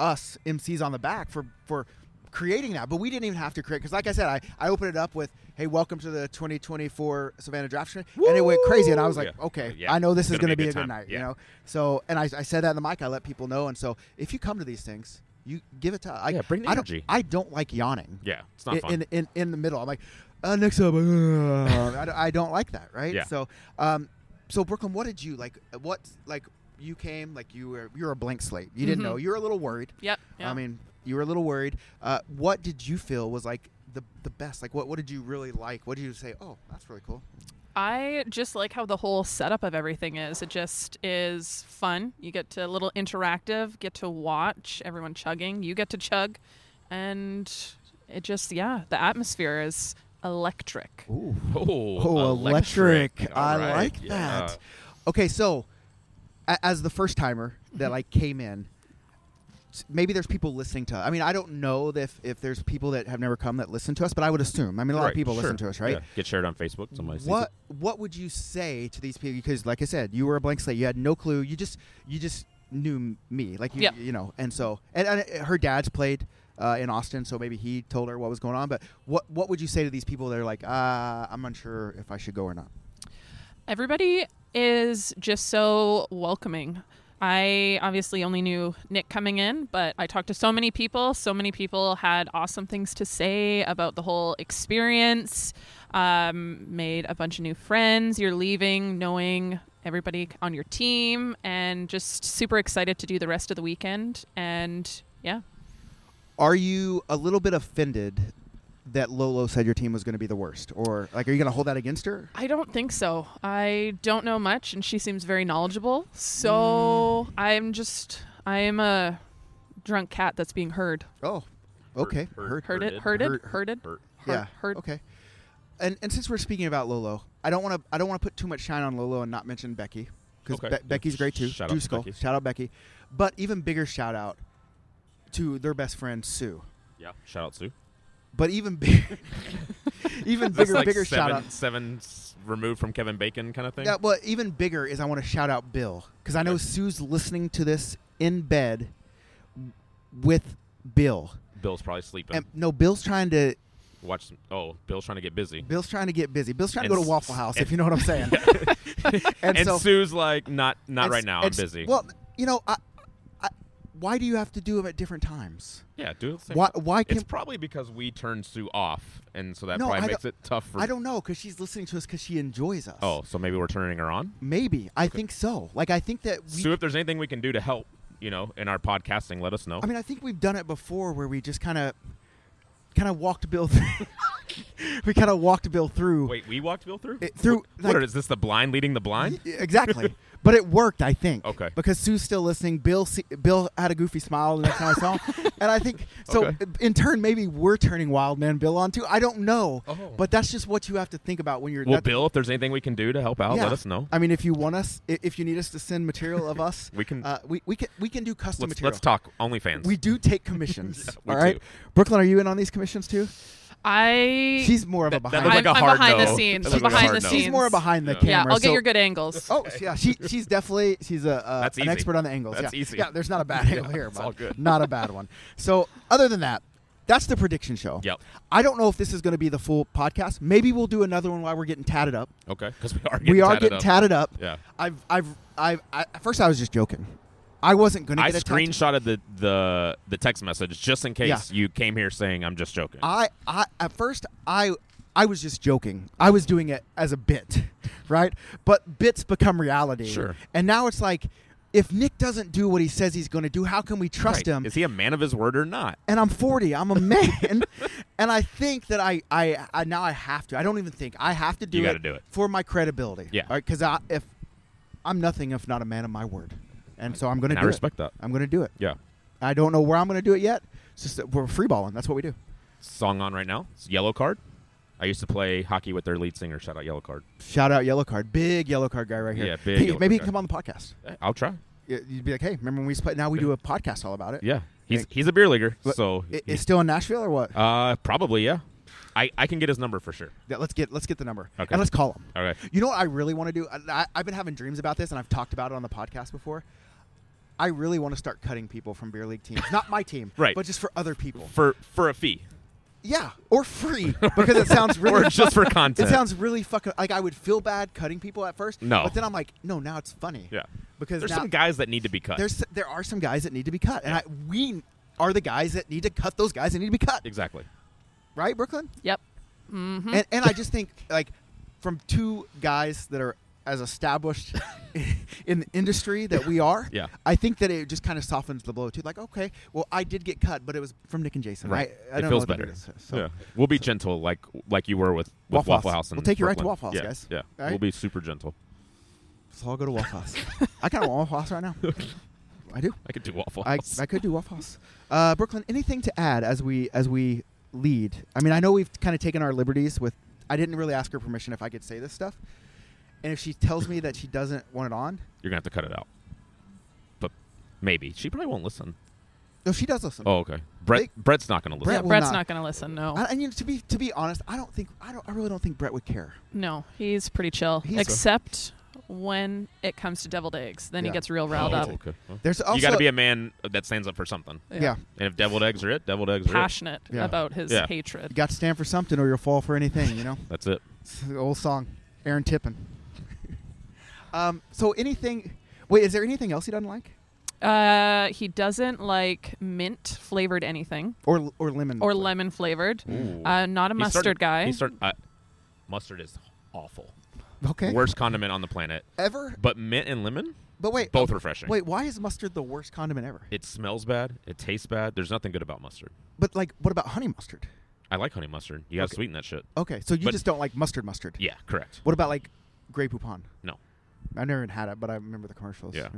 D: us MCs on the back for for creating that, but we didn't even have to create because, like I said, I I opened it up with, "Hey, welcome to the 2024 Savannah Draft," Show," and it went crazy, and I was like,
E: Yeah.
D: "Okay,
E: Yeah.
D: I know this
E: It's
D: is
E: gonna
D: going to
E: be
D: be
E: a
D: a
E: good
D: good
E: time.
D: night,"
E: Yeah.
D: you know. So, and I, I said that in the mic. I let people know, and so if you come to these things, you give it to. I,
E: Yeah, bring the
D: I don't-
E: energy.
D: I don't like yawning
E: yeah, it's not
D: in,
E: fun.
D: In, in in the middle. I'm like, uh, next up, uh, I, don't- I don't like that, right?
E: Yeah.
D: So, um, so Brooklyn, what did you like? What like you came like you were you're a blank slate. You didn't know. You were a little worried.
F: Mm-hmm. Yep. yeah.
D: I mean, you were a little worried. Uh, what did you feel was like the the best? Like, what what did you really like? What did you say? Oh, that's really cool.
F: I just like how the whole setup of everything is. It just is fun. You get to a little interactive, get to watch everyone chugging, you get to chug, and it just yeah, the atmosphere is electric.
D: Ooh.
E: oh,
D: Oh, electric! I
E: All right,
D: like
E: yeah.
D: that. Okay, so a- as the first timer
E: Mm-hmm.
D: that like came in, s- maybe there's people listening to. I mean, I don't know if if there's people that have never come that listen to us, but I would assume. I mean, a lot
E: Right,
D: of people
E: sure.
D: listen to us, right?
E: Yeah. Get shared on Facebook. Somebody sees
D: What what would you say to these people? Because like I said, you were a blank slate. You had no clue. You just you just knew m- me, like you
F: Yeah.
D: you know. And so and, and uh, her dad's played. Uh, in Austin, so maybe he told her what was going on. But what what would you say to these people that are like, uh, I'm unsure if I should go or not?
F: Everybody is just so welcoming. I obviously only knew Nick coming in, but I talked to so many people. So many people had awesome things to say about the whole experience. Um, made a bunch of new friends. You're leaving knowing everybody on your team and just super excited to do the rest of the weekend. And yeah,
D: Are you a little bit offended that Lolo said your team was going to be the worst, or like, are you going to hold that against her?
F: I don't think so. I don't know much, and she seems very knowledgeable. So
D: Mm.
F: I'm just, I am a drunk cat that's being heard.
D: Oh, okay,
E: Heard-
D: heard,
F: Heard it,
E: Herded.
F: herded,
D: Herd-
F: herded.
E: herd.
F: Her-
D: yeah,
F: herd.
D: Okay, and and since we're speaking about Lolo, I don't want to I don't want to put too much shine on Lolo and not mention Becky because
E: Okay, yeah,
D: Becky's great too.
E: shout out
D: Deuce
E: to
D: Skull,
E: Becky.
D: shout out Becky, but even bigger shout out to their best friend Sue.
E: Yeah. Shout out Sue.
D: But even big, (laughs) even
E: That's
D: bigger,
E: like
D: bigger
E: seven,
D: shout out.
E: seven s- removed from Kevin Bacon kind of thing.
D: Yeah, well, even bigger is I want to shout out Bill because I know Sue's listening to this in bed with Bill.
E: Bill's probably sleeping.
D: And no, Bill's trying to
E: Watch. Some, oh, Bill's trying to get busy.
D: Bill's trying to get busy. Bill's trying to
E: And
D: go to
E: s-
D: Waffle House, if
E: and-
D: you know what I'm
E: (laughs)
D: saying.
E: And, Sue's like, not not
D: and s-
E: right now. I'm
D: and s-
E: busy.
D: Well, you know, I, I, why do you have to do them at different times?
E: yeah, do it. at the same
D: Why?
E: time.
D: Why
E: It's
D: can
E: probably because we turned Sue off, and so that
D: No, I
E: probably
D: don't-
E: makes it tough for.
D: I don't know because she's listening to us because she enjoys us.
E: Oh, so maybe we're turning her on.
D: maybe I think so. Like I think that we.
E: Sue, if there's anything we can do to help, you know, in our podcasting, let us know.
D: I mean, I think we've done it before where we just kind of, kind of walked Bill. (laughs) through. we kind of walked Bill through.
E: Wait, we walked Bill through.
D: It- through,
E: Wh- What
D: like-
E: is this? The blind leading the blind?
D: Y- Exactly. (laughs) but it worked, I think.
E: Okay.
D: Because Sue's still listening. Bill se- Bill had a goofy smile the next
E: (laughs)
D: time I saw him, and I think so.
E: Okay.
D: In turn, maybe we're turning Wild Man Bill on too. I don't know.
E: Oh.
D: But that's just what you have to think about when you're.
E: Well,
D: that-
E: Bill, if there's anything we can do to help out,
D: yeah.
E: let us know.
D: I mean, if you want us, i- if you need us to send material of us,
E: (laughs) We can-
D: Uh, we, we can. We can do custom
E: Let's,
D: material.
E: let's talk OnlyFans.
D: We do take
E: (laughs)
D: commissions.
E: we
D: all right,
E: do.
D: Brooklyn, are you in on these commissions too?
F: I
D: She's more of a
E: That- that
D: behind.
E: looks like
F: I'm,
E: a
F: I'm
E: hard
F: behind
E: no.
F: the
E: (laughs)
F: scenes.
E: That looks
F: I'm
E: like a
F: behind
E: hard
F: the
E: no.
F: scenes.
D: she's more behind the
E: Yeah.
D: camera.
F: yeah, I'll get
D: so-
F: your good angles.
D: Oh yeah, she she's definitely she's a uh,
E: That's
D: an
E: easy.
D: expert on the angles.
E: That's
D: yeah.
E: easy.
D: Yeah, there's not a
E: (laughs)
D: bad angle here.
E: it's
D: bud.
E: all
D: (laughs)
E: good.
D: Not a bad one. So other than that, that's the prediction show.
E: Yep.
D: I don't know if this is going to be the full podcast. Maybe we'll do another one while we're getting tatted up.
E: okay, because we are getting
D: we are
E: tatted
D: getting
E: up.
D: tatted up.
E: Yeah.
D: I've I've I've I, at first I was just joking. I wasn't going to
E: I
D: get a tattoo.
E: screenshotted the, the the text message just in case
D: Yeah.
E: you came here saying I'm just joking.
D: I, I at first I I was just joking. I was doing it as a bit, (laughs) right? But bits become reality.
E: Sure.
D: And now it's like if Nick doesn't do what he says he's going to do, how can we trust
E: Right.
D: him?
E: Is he a man of his word or not?
D: and I'm 40. I'm a
E: (laughs)
D: man, and I think that I, I I now I have to. I don't even think I have to do
E: You
D: it.
E: gotta do it.
D: for my credibility.
E: Yeah.
D: Because I if I'm nothing if not a man of my word, and so I'm going to
E: And
D: do
E: I respect
D: it.
E: that.
D: I'm going to do it.
E: Yeah.
D: I don't know where I'm going to do it yet. It's just that we're freeballing. That's what we do.
E: Song on right now. It's Yellow Card. I used to play hockey with their lead singer. Shout out Yellow Card.
D: Shout out yellow card, big yellow card guy right here.
E: Yeah, big
D: Hey,
E: yellow
D: maybe he
E: card
D: can come
E: guy.
D: on the podcast.
E: Eh, I'll try.
D: Y- You'd be like, hey, remember when we split? Now we do a podcast all about it.
E: Yeah. He's
D: Hey.
E: he's a beer leaguer,
D: But
E: so
D: i-
E: he-
D: it's still in Nashville or what?
E: uh probably yeah. I, I can get his number for sure.
D: Yeah, let's get let's get the number
E: Okay.
D: and let's call him.
E: All right.
D: You know what I really want to do? I, I, I've been having dreams about this, and I've talked about it on the podcast before. I really want to start cutting people from beer league teams, not my team,
E: (laughs) Right.
D: But just for other people,
E: For for a fee
D: yeah, or free because it sounds really
E: (laughs) or just
D: (laughs)
E: for
D: it
E: content.
D: sounds really fucking like I would feel bad cutting people at first.
E: No.
D: but then I'm like, no, now it's funny.
E: yeah.
D: because
E: there's
D: now-
E: some guys that need to be cut.
D: there's there are some guys that need to be cut, and I, we are the guys that need to cut those guys that need to be cut,
E: exactly.
D: right, Brooklyn?
F: Yep.
D: and, and I just think like from two guys that are as established (laughs) in the industry that we are,
E: Yeah.
D: I think that it just kind of softens the blow too. Like, okay, well, I did get cut, but it was from Nick and Jason. I, I
E: it
D: don't
E: feels
D: know what
E: better.
D: It is, so.
E: yeah. We'll be gentle like like you were with, with
D: Waffle
E: Waffle,
D: House.
E: House. and
D: We'll take you right to
E: Brooklyn.
D: Waffle House,
E: Yeah,
D: guys.
E: Yeah.
D: All right?
E: We'll be super gentle.
D: So I'll go to Waffle House. I kind of want Waffle House right now.
E: (laughs)
D: I do.
E: I could do Waffle
D: I,
E: House.
D: I could do Waffle House. Uh, Brooklyn, anything to add as we as we lead? I mean, I know we've kind of taken our liberties with. I didn't really ask her permission if I could say this stuff, and if she tells me that she doesn't want it on,
E: You're gonna have to cut it out. But maybe she probably won't
F: Um,
E: listen.
D: no, she does listen.
E: Oh, okay. Brett Brett's not gonna listen.
D: Brett
F: Yeah,
D: will
F: Brett's
D: not.
F: not, going to listen. No,
D: I, and you know, to be to be honest, I don't think I don't I really don't think Brett would care.
F: no, he's pretty chill,
D: He's a-
F: except when it comes to deviled eggs. Then
D: Yeah.
F: he gets real riled
E: Oh,
F: up.
E: okay. Well,
D: There's also
E: you got to be a man that stands up for something.
D: yeah.
E: And if deviled eggs are it, deviled eggs
F: passionate
D: Yeah.
F: about his
E: Yeah.
D: You
F: hatred.
D: got to stand for something, or you'll fall for anything. You know,
E: are it. (laughs) That's it.
D: it's the old song, Aaron Tippin. (laughs) um. So anything. Wait, is there anything else he doesn't like,
F: Uh, he doesn't like mint flavored anything
D: or or lemon?
F: or lemon flavored.
E: Ooh.
F: Uh, not a
E: He's
F: mustard
E: starting-
F: guy.
E: He's starting, uh, mustard is awful.
D: Okay.
E: Worst condiment on the planet.
D: Ever.
E: But mint and lemon,
D: But wait.
E: both refreshing.
D: um, Wait, why is mustard the worst condiment ever?
E: It smells bad. It tastes bad. There's nothing good about mustard.
D: But like, what about honey mustard?
E: I like honey mustard. You got to
D: Okay.
E: sweeten that shit.
D: Okay, so you
E: But-
D: just don't like mustard mustard.
E: Yeah, correct.
D: What about like Grey Poupon?
E: No.
D: I never even had it, but I remember the commercials.
E: Yeah.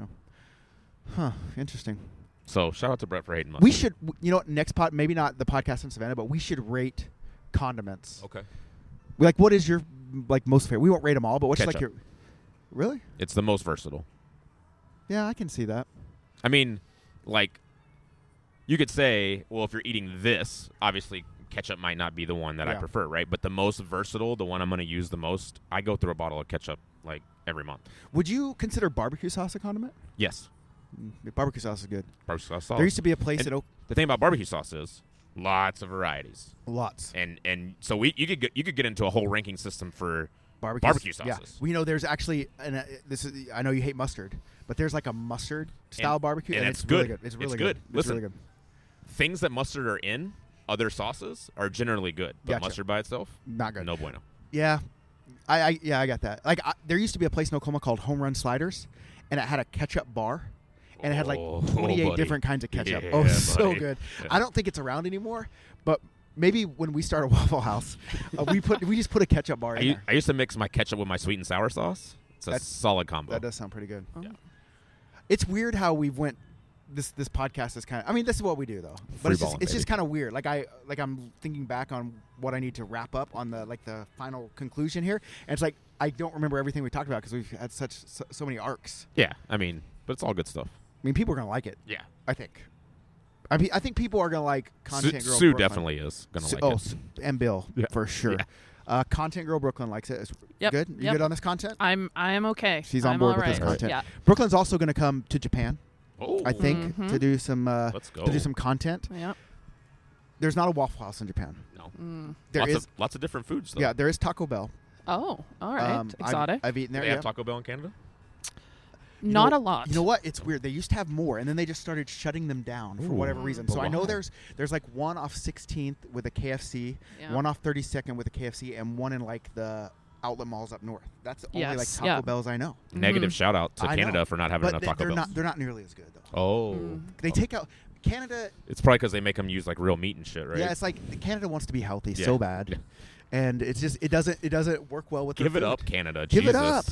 D: Huh. Interesting.
E: So shout out to Brett for hating mustard.
D: We should, w- you know, what, next pod, maybe not the podcast in Savannah, but we should rate condiments.
E: Okay.
D: We- Like, what is your like most favorite? We won't rate them all, but what's like your?
E: Ketchup.
D: Really?
E: It's the most versatile.
D: Yeah, I can see that.
E: I mean, like, you could say, well, if you're eating this, obviously ketchup might not be the one that I
D: Yeah.
E: prefer, right? But the most versatile, the one I'm going to use the most, I go through a bottle of ketchup like every month.
D: Would you consider barbecue sauce a condiment?
E: Yes,
D: Mm, Barbecue sauce is good.
E: barbecue sauce. solid.
D: There used to be a place
E: Oh. And
D: at Oak.
E: the thing about barbecue sauce is lots of varieties,
D: Lots.
E: and and so we you could get, you could get into a whole ranking system for
D: Barbecue,
E: barbecue
D: Yeah.
E: sauces.
D: We know there's actually, and uh, this is, I know you hate mustard, but there's like a mustard style
E: And-
D: barbecue,
E: and
D: and,
E: it's
D: it's really
E: good.
D: good. It's
E: It's
D: really
E: good.
D: It's
E: Listen,
D: really good.
E: things that mustard are in other sauces are generally good, but
D: Gotcha.
E: mustard by itself,
D: Not good.
E: no bueno.
D: Yeah, I, I yeah I got that. Like I, there used to be a place in Oklahoma called Home Run Sliders, and it had a ketchup bar, and it had like
E: Oh,
D: twenty-eight
E: buddy.
D: different kinds of ketchup.
E: Yeah,
D: oh, (laughs) so
E: buddy.
D: good. I don't think it's around anymore, but maybe when we start a (laughs) Waffle House, uh, we put we just put a ketchup bar
E: I,
D: in
E: u-
D: there.
E: I used to mix my ketchup with my sweet and sour sauce. It's a
D: That's-
E: solid combo.
D: That does sound pretty good.
F: Oh.
D: It's weird how we've went. This this podcast is kind of. I mean, this is what we do though. But it's just,
E: Freeballing,
D: it's just
E: baby.
D: kind of weird. Like I like I'm thinking back on what I need to wrap up on the like the final conclusion here, and it's like I don't remember everything we talked about because we've had such so, so many arcs.
E: Yeah, I mean, but it's all good stuff.
D: I mean, people are gonna like it.
E: Yeah,
D: I think. I mean, I think people are gonna like
E: Sue,
D: Content Girl.
E: Sue
D: Brooklyn.
E: definitely is gonna
D: Sue-
E: like
D: oh,
E: it.
D: Sue- and Bill
E: Yeah.
D: for sure.
E: Yeah.
D: Uh, content Girl Brooklyn likes it. It's
F: Yep.
D: good. You
F: Yep.
D: good on this content?
F: I'm I am okay.
D: She's on
F: I'm
D: board
F: all
D: with this
F: right.
D: content.
F: Yeah.
D: Brooklyn's also gonna come to Japan.
E: Oh,
D: I think
F: Mhm.
D: to do some uh,
E: Let's
D: to do
E: go.
D: some content.
F: Yeah.
D: There's not a Waffle House in Japan.
E: no.
D: Mm, There
E: lots
D: is
E: of uh, lots of different foods. Though.
D: yeah, there is Taco Bell.
F: Oh, all right.
D: Um, I've-
F: Exotic.
D: I've, eaten there.
E: they
D: yeah.
E: have Taco Bell in Canada.
D: You
F: Not
D: know-
F: a lot.
D: You know what? It's weird. They used to have more, and then they just started shutting them down for
E: Ooh.
D: whatever reason.
E: But
D: So I know
E: why?
D: there's there's like one off 16th with a KFC,
F: Yeah.
D: one off 32nd with a KFC, and one in like the outlet malls up north. That's the only like
F: Yes,
D: Taco
F: yeah.
D: Bells I know.
E: Negative shout out to
D: Mm-hmm. I know.
E: Canada for not having
D: but
E: enough
D: they,
E: Taco
D: they're
E: Bell.
D: not Mm. they're not nearly as good though.
E: oh,
D: They take out Canada.
E: it's probably because they make them use like real meat and shit, right?
D: Yeah, it's like Canada wants to be healthy
E: Yeah.
D: so bad,
E: Yeah.
D: and it's just it doesn't it doesn't work well with. their
E: Give it
D: food.
E: up, Canada.
D: Give it
E: Jesus.
D: up.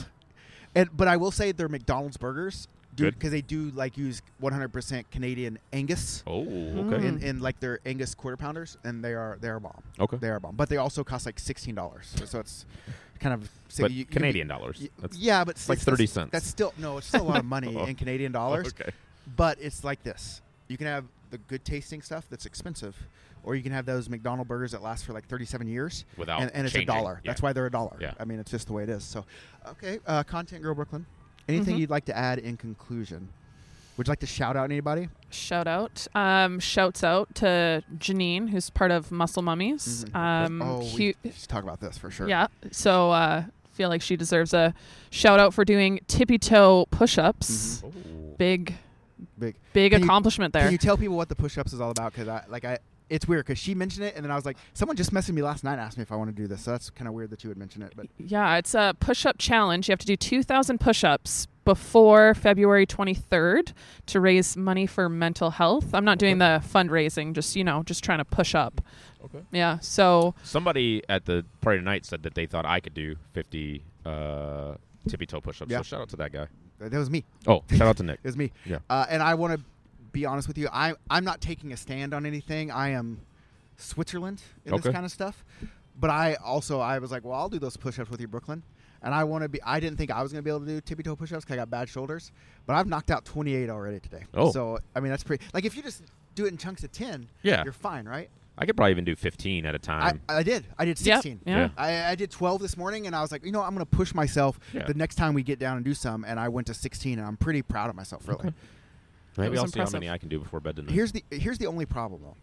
D: And but I will say their McDonald's burgers do
E: Good.
D: because they do like use 100% Canadian Angus
E: Oh, okay.
D: in, in like their Angus quarter pounders, and they are they are bomb.
E: Okay.
D: they are bomb. But they also cost like sixteen dollars, so it's kind of so
E: But
D: you- you could be-
E: Canadian dollars.
D: y-
E: That's,
D: yeah, but it's
E: like 30 cents. Oh,
D: That's still no, it's still a lot of
E: (laughs)
D: money in Canadian dollars.
E: Okay.
D: But it's like this: you can have the good tasting stuff that's expensive, or you can have those McDonald burgers that last for like 37 years
E: Without
D: and, and it's a
E: changing.
D: dollar.
E: Yeah.
D: That's why they're a dollar.
E: Yeah.
D: I mean, it's just the way it is. So, okay, uh, Content Girl Brooklyn. Anything
F: Mm-hmm.
D: you'd like to add in conclusion? Would you like to shout out anybody?
F: Shout out. Um, shouts out to Janine, who's part of Muscle Mummies. Um,
D: oh,
F: hu-
D: we should talk about this for sure.
F: Yeah. So uh, feel like she deserves a shout out for doing tippy toe push
D: Mm-hmm.
F: ups.
E: Oh.
F: Big,
D: big
F: big
D: Can you-
F: accomplishment there.
D: Can you tell people what the push-ups is all about? Because I like I. It's weird because she mentioned it, and then I was like, someone just messaged me last night and asked me if I want to do this. So that's kind of weird that you would mention it. But
F: yeah, it's a push up challenge. You have to do 2,000 push ups before February 23rd to raise money for mental health. I'm not doing the fundraising, just, you know, just trying to push up.
E: Okay.
F: Yeah. So
E: Somebody at the party tonight said that they thought I could do 50 uh, tippy toe push ups.
D: Yeah.
E: So shout out to that guy.
D: uh, that was me.
E: Oh, shout out to Nick.
D: It was me.
E: Yeah.
D: Uh, and I want to be honest with you. I I'm not taking a stand on anything. I am Switzerland in
E: Okay.
D: this kind of stuff. But I also I was like, well, I'll do those push-ups with you, Brooklyn. And I want to be. I didn't think I was going to be able to do tippy toe push-ups because I got bad shoulders. But I've knocked out 28 already today.
E: Oh.
D: So I mean, that's pretty. Like if you just do it in chunks of 10,
E: Yeah.
D: you're fine, right?
E: I could probably even do 15 at a time.
D: I, I did. I did
F: Yep.
D: 16.
F: Yeah. Yeah.
D: I, I did 12 this morning, and I was like, you know, I'm going to push myself
E: Yeah.
D: the next time we get down and do some. And I went to 16, and I'm pretty proud of myself, really.
E: Maybe
F: was
E: I'll see how
F: impressive.
E: many I can do before bed tonight.
D: Here's the here's the only problem though.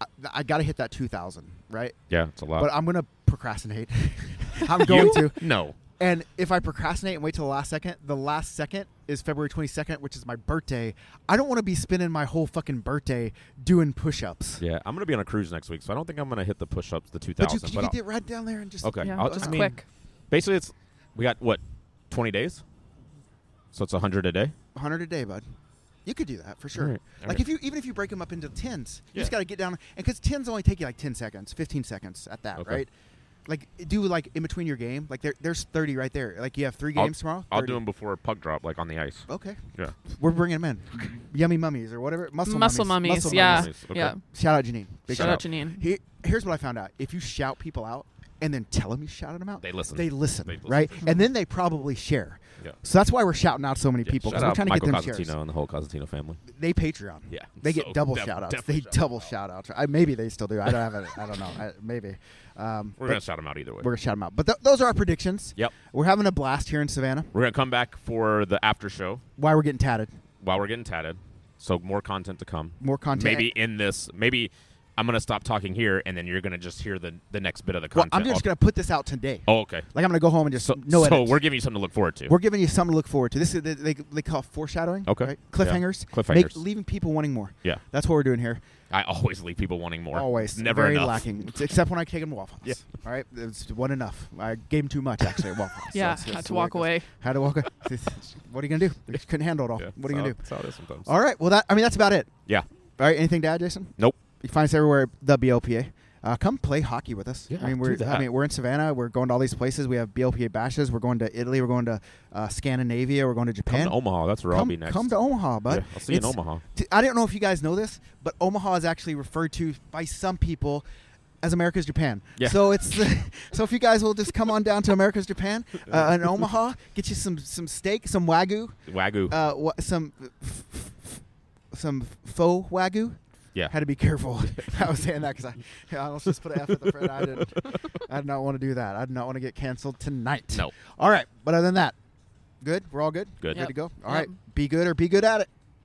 D: I, I got to hit that 2,000, right?
E: yeah, it's a lot.
D: But I'm going to procrastinate. (laughs) I'm going
E: Uh. You?
D: to.
E: (laughs) No.
D: And if I procrastinate and wait till the last second, the last second is February 22nd, which is my birthday. I don't want to be spending my whole fucking birthday doing push-ups.
E: Yeah, I'm gonna be on a cruise next week, so I don't think I'm gonna hit the push-ups, the 2,000.
D: But you, you
E: but
D: could
E: I'll-
D: get right down there and just
E: okay,
F: Yeah,
E: I'll,
F: just
E: I mean,
F: quick.
E: Basically, it's we got what 20 days, so it's 100 a day.
D: 100 a day, bud. You could do that for sure.
E: All right, all
D: like
E: right.
D: if you even if you break them up into tens, you just
E: Yeah.
D: got to get down and cuz tens only take you like 10 seconds, 15 seconds at that,
E: Okay.
D: right? Like do like in between your game. Like there, there's 30 right there. Like you have 3
E: I'll-
D: games tomorrow.
E: I'll
D: 30.
E: do them before puck drop, like on the ice.
D: Okay.
E: Yeah.
D: We're bringing them in. Yummy mummies or whatever. Muscle,
F: muscle
D: mummies.
F: mummies.
D: Muscle
F: yeah.
E: mummies, okay.
F: Yeah.
D: Shout out Janine. Big
F: Shout out Janine.
D: He- here's what I found out. If you shout people out and then tell him you shouted them out,
E: They listen.
D: They listen,
E: They listen.
D: right? And then they probably share.
E: Yeah.
D: So that's why we're shouting out so many people
E: Shout
D: because we're
E: out
D: trying
E: Michael
D: to get them
E: Cosentino
D: shares.
E: and the whole Cosentino family.
D: They Patreon.
E: Yeah.
D: They get
E: So
D: double
E: def-
D: shout outs. They
E: definitely shout 'em
D: double shout outs. I, maybe they still do. I don't have it. I don't know. I, maybe. Um,
E: We're
D: but
E: gonna shout him out either way.
D: we're gonna shout them out. But th- those are our predictions.
E: Yep.
D: We're having a blast here in Savannah.
E: We're gonna come back for the after show
D: Why we're getting tatted?
E: while we're getting tatted. So more content to come.
D: More content.
E: Maybe in this. Maybe I'm gonna stop talking here, and then you're gonna just hear the the next bit of the
D: Well,
E: content.
D: I'm just gonna put this out today.
E: Oh, okay.
D: Like I'm gonna go home and just
E: So,
D: no
E: so
D: edits.
E: we're giving you something to look forward to.
D: We're giving you something to look forward to. This is they, they, they call it foreshadowing.
E: Okay.
D: right?
E: Yeah.
D: Cliffhangers.
E: Cliffhangers.
D: leaving people wanting more.
E: Yeah.
D: That's what we're doing here.
E: I always leave people wanting more.
D: Always.
E: It's never
D: Very
E: enough.
D: lacking. It's- Except when I take them to Waffle House.
E: Yeah.
D: All right. It's one enough. I gave them too much actually at Waffle House. So
F: (laughs) Yeah,
D: it's-
F: had
D: that's
F: to
D: the way it
F: walk
D: goes.
F: away.
D: Had to walk away. (laughs) what are you gonna do? They just couldn't handle it all.
E: Yeah,
D: what are you
E: so-
D: gonna do?
E: that's how it is sometimes.
D: All right. Well, that I mean that's about it.
E: Yeah.
D: All right. Anything to add, Jason?
E: Nope.
D: You can find us everywhere at the BLPA. Uh, come play hockey with us.
E: Yeah,
D: I mean,
E: do
D: we're I
E: that.
D: mean we're in Savannah. We're going to all these places. We have BLPA bashes. We're going to Italy. We're going to uh, Scandinavia. We're going to
E: Come
D: Japan.
E: to Omaha. That's where I'll
D: Come,
E: be next.
D: come to Omaha, bud.
E: Yeah, I'll see you in
D: It's-
E: Omaha.
D: t- I don't know if you guys know this, but Omaha is actually referred to by some people as America's Japan.
E: Yeah.
D: So it's (laughs) so if you guys will just come on down to America's Japan uh, in Omaha, get you some some steak, some wagyu,
E: Wagyu.
D: uh, wha- some f- f- f- some faux wagyu.
E: yeah.
D: Had to be careful. (laughs) I was saying that because I, I almost just put an F at the front. I didn't. I did not want to do that. I did not want to get canceled tonight.
E: No.
D: All right. But other than that, good. We're all good.
E: Good.
D: Good to go. All
F: Yep.
D: right. Be good or be good at it.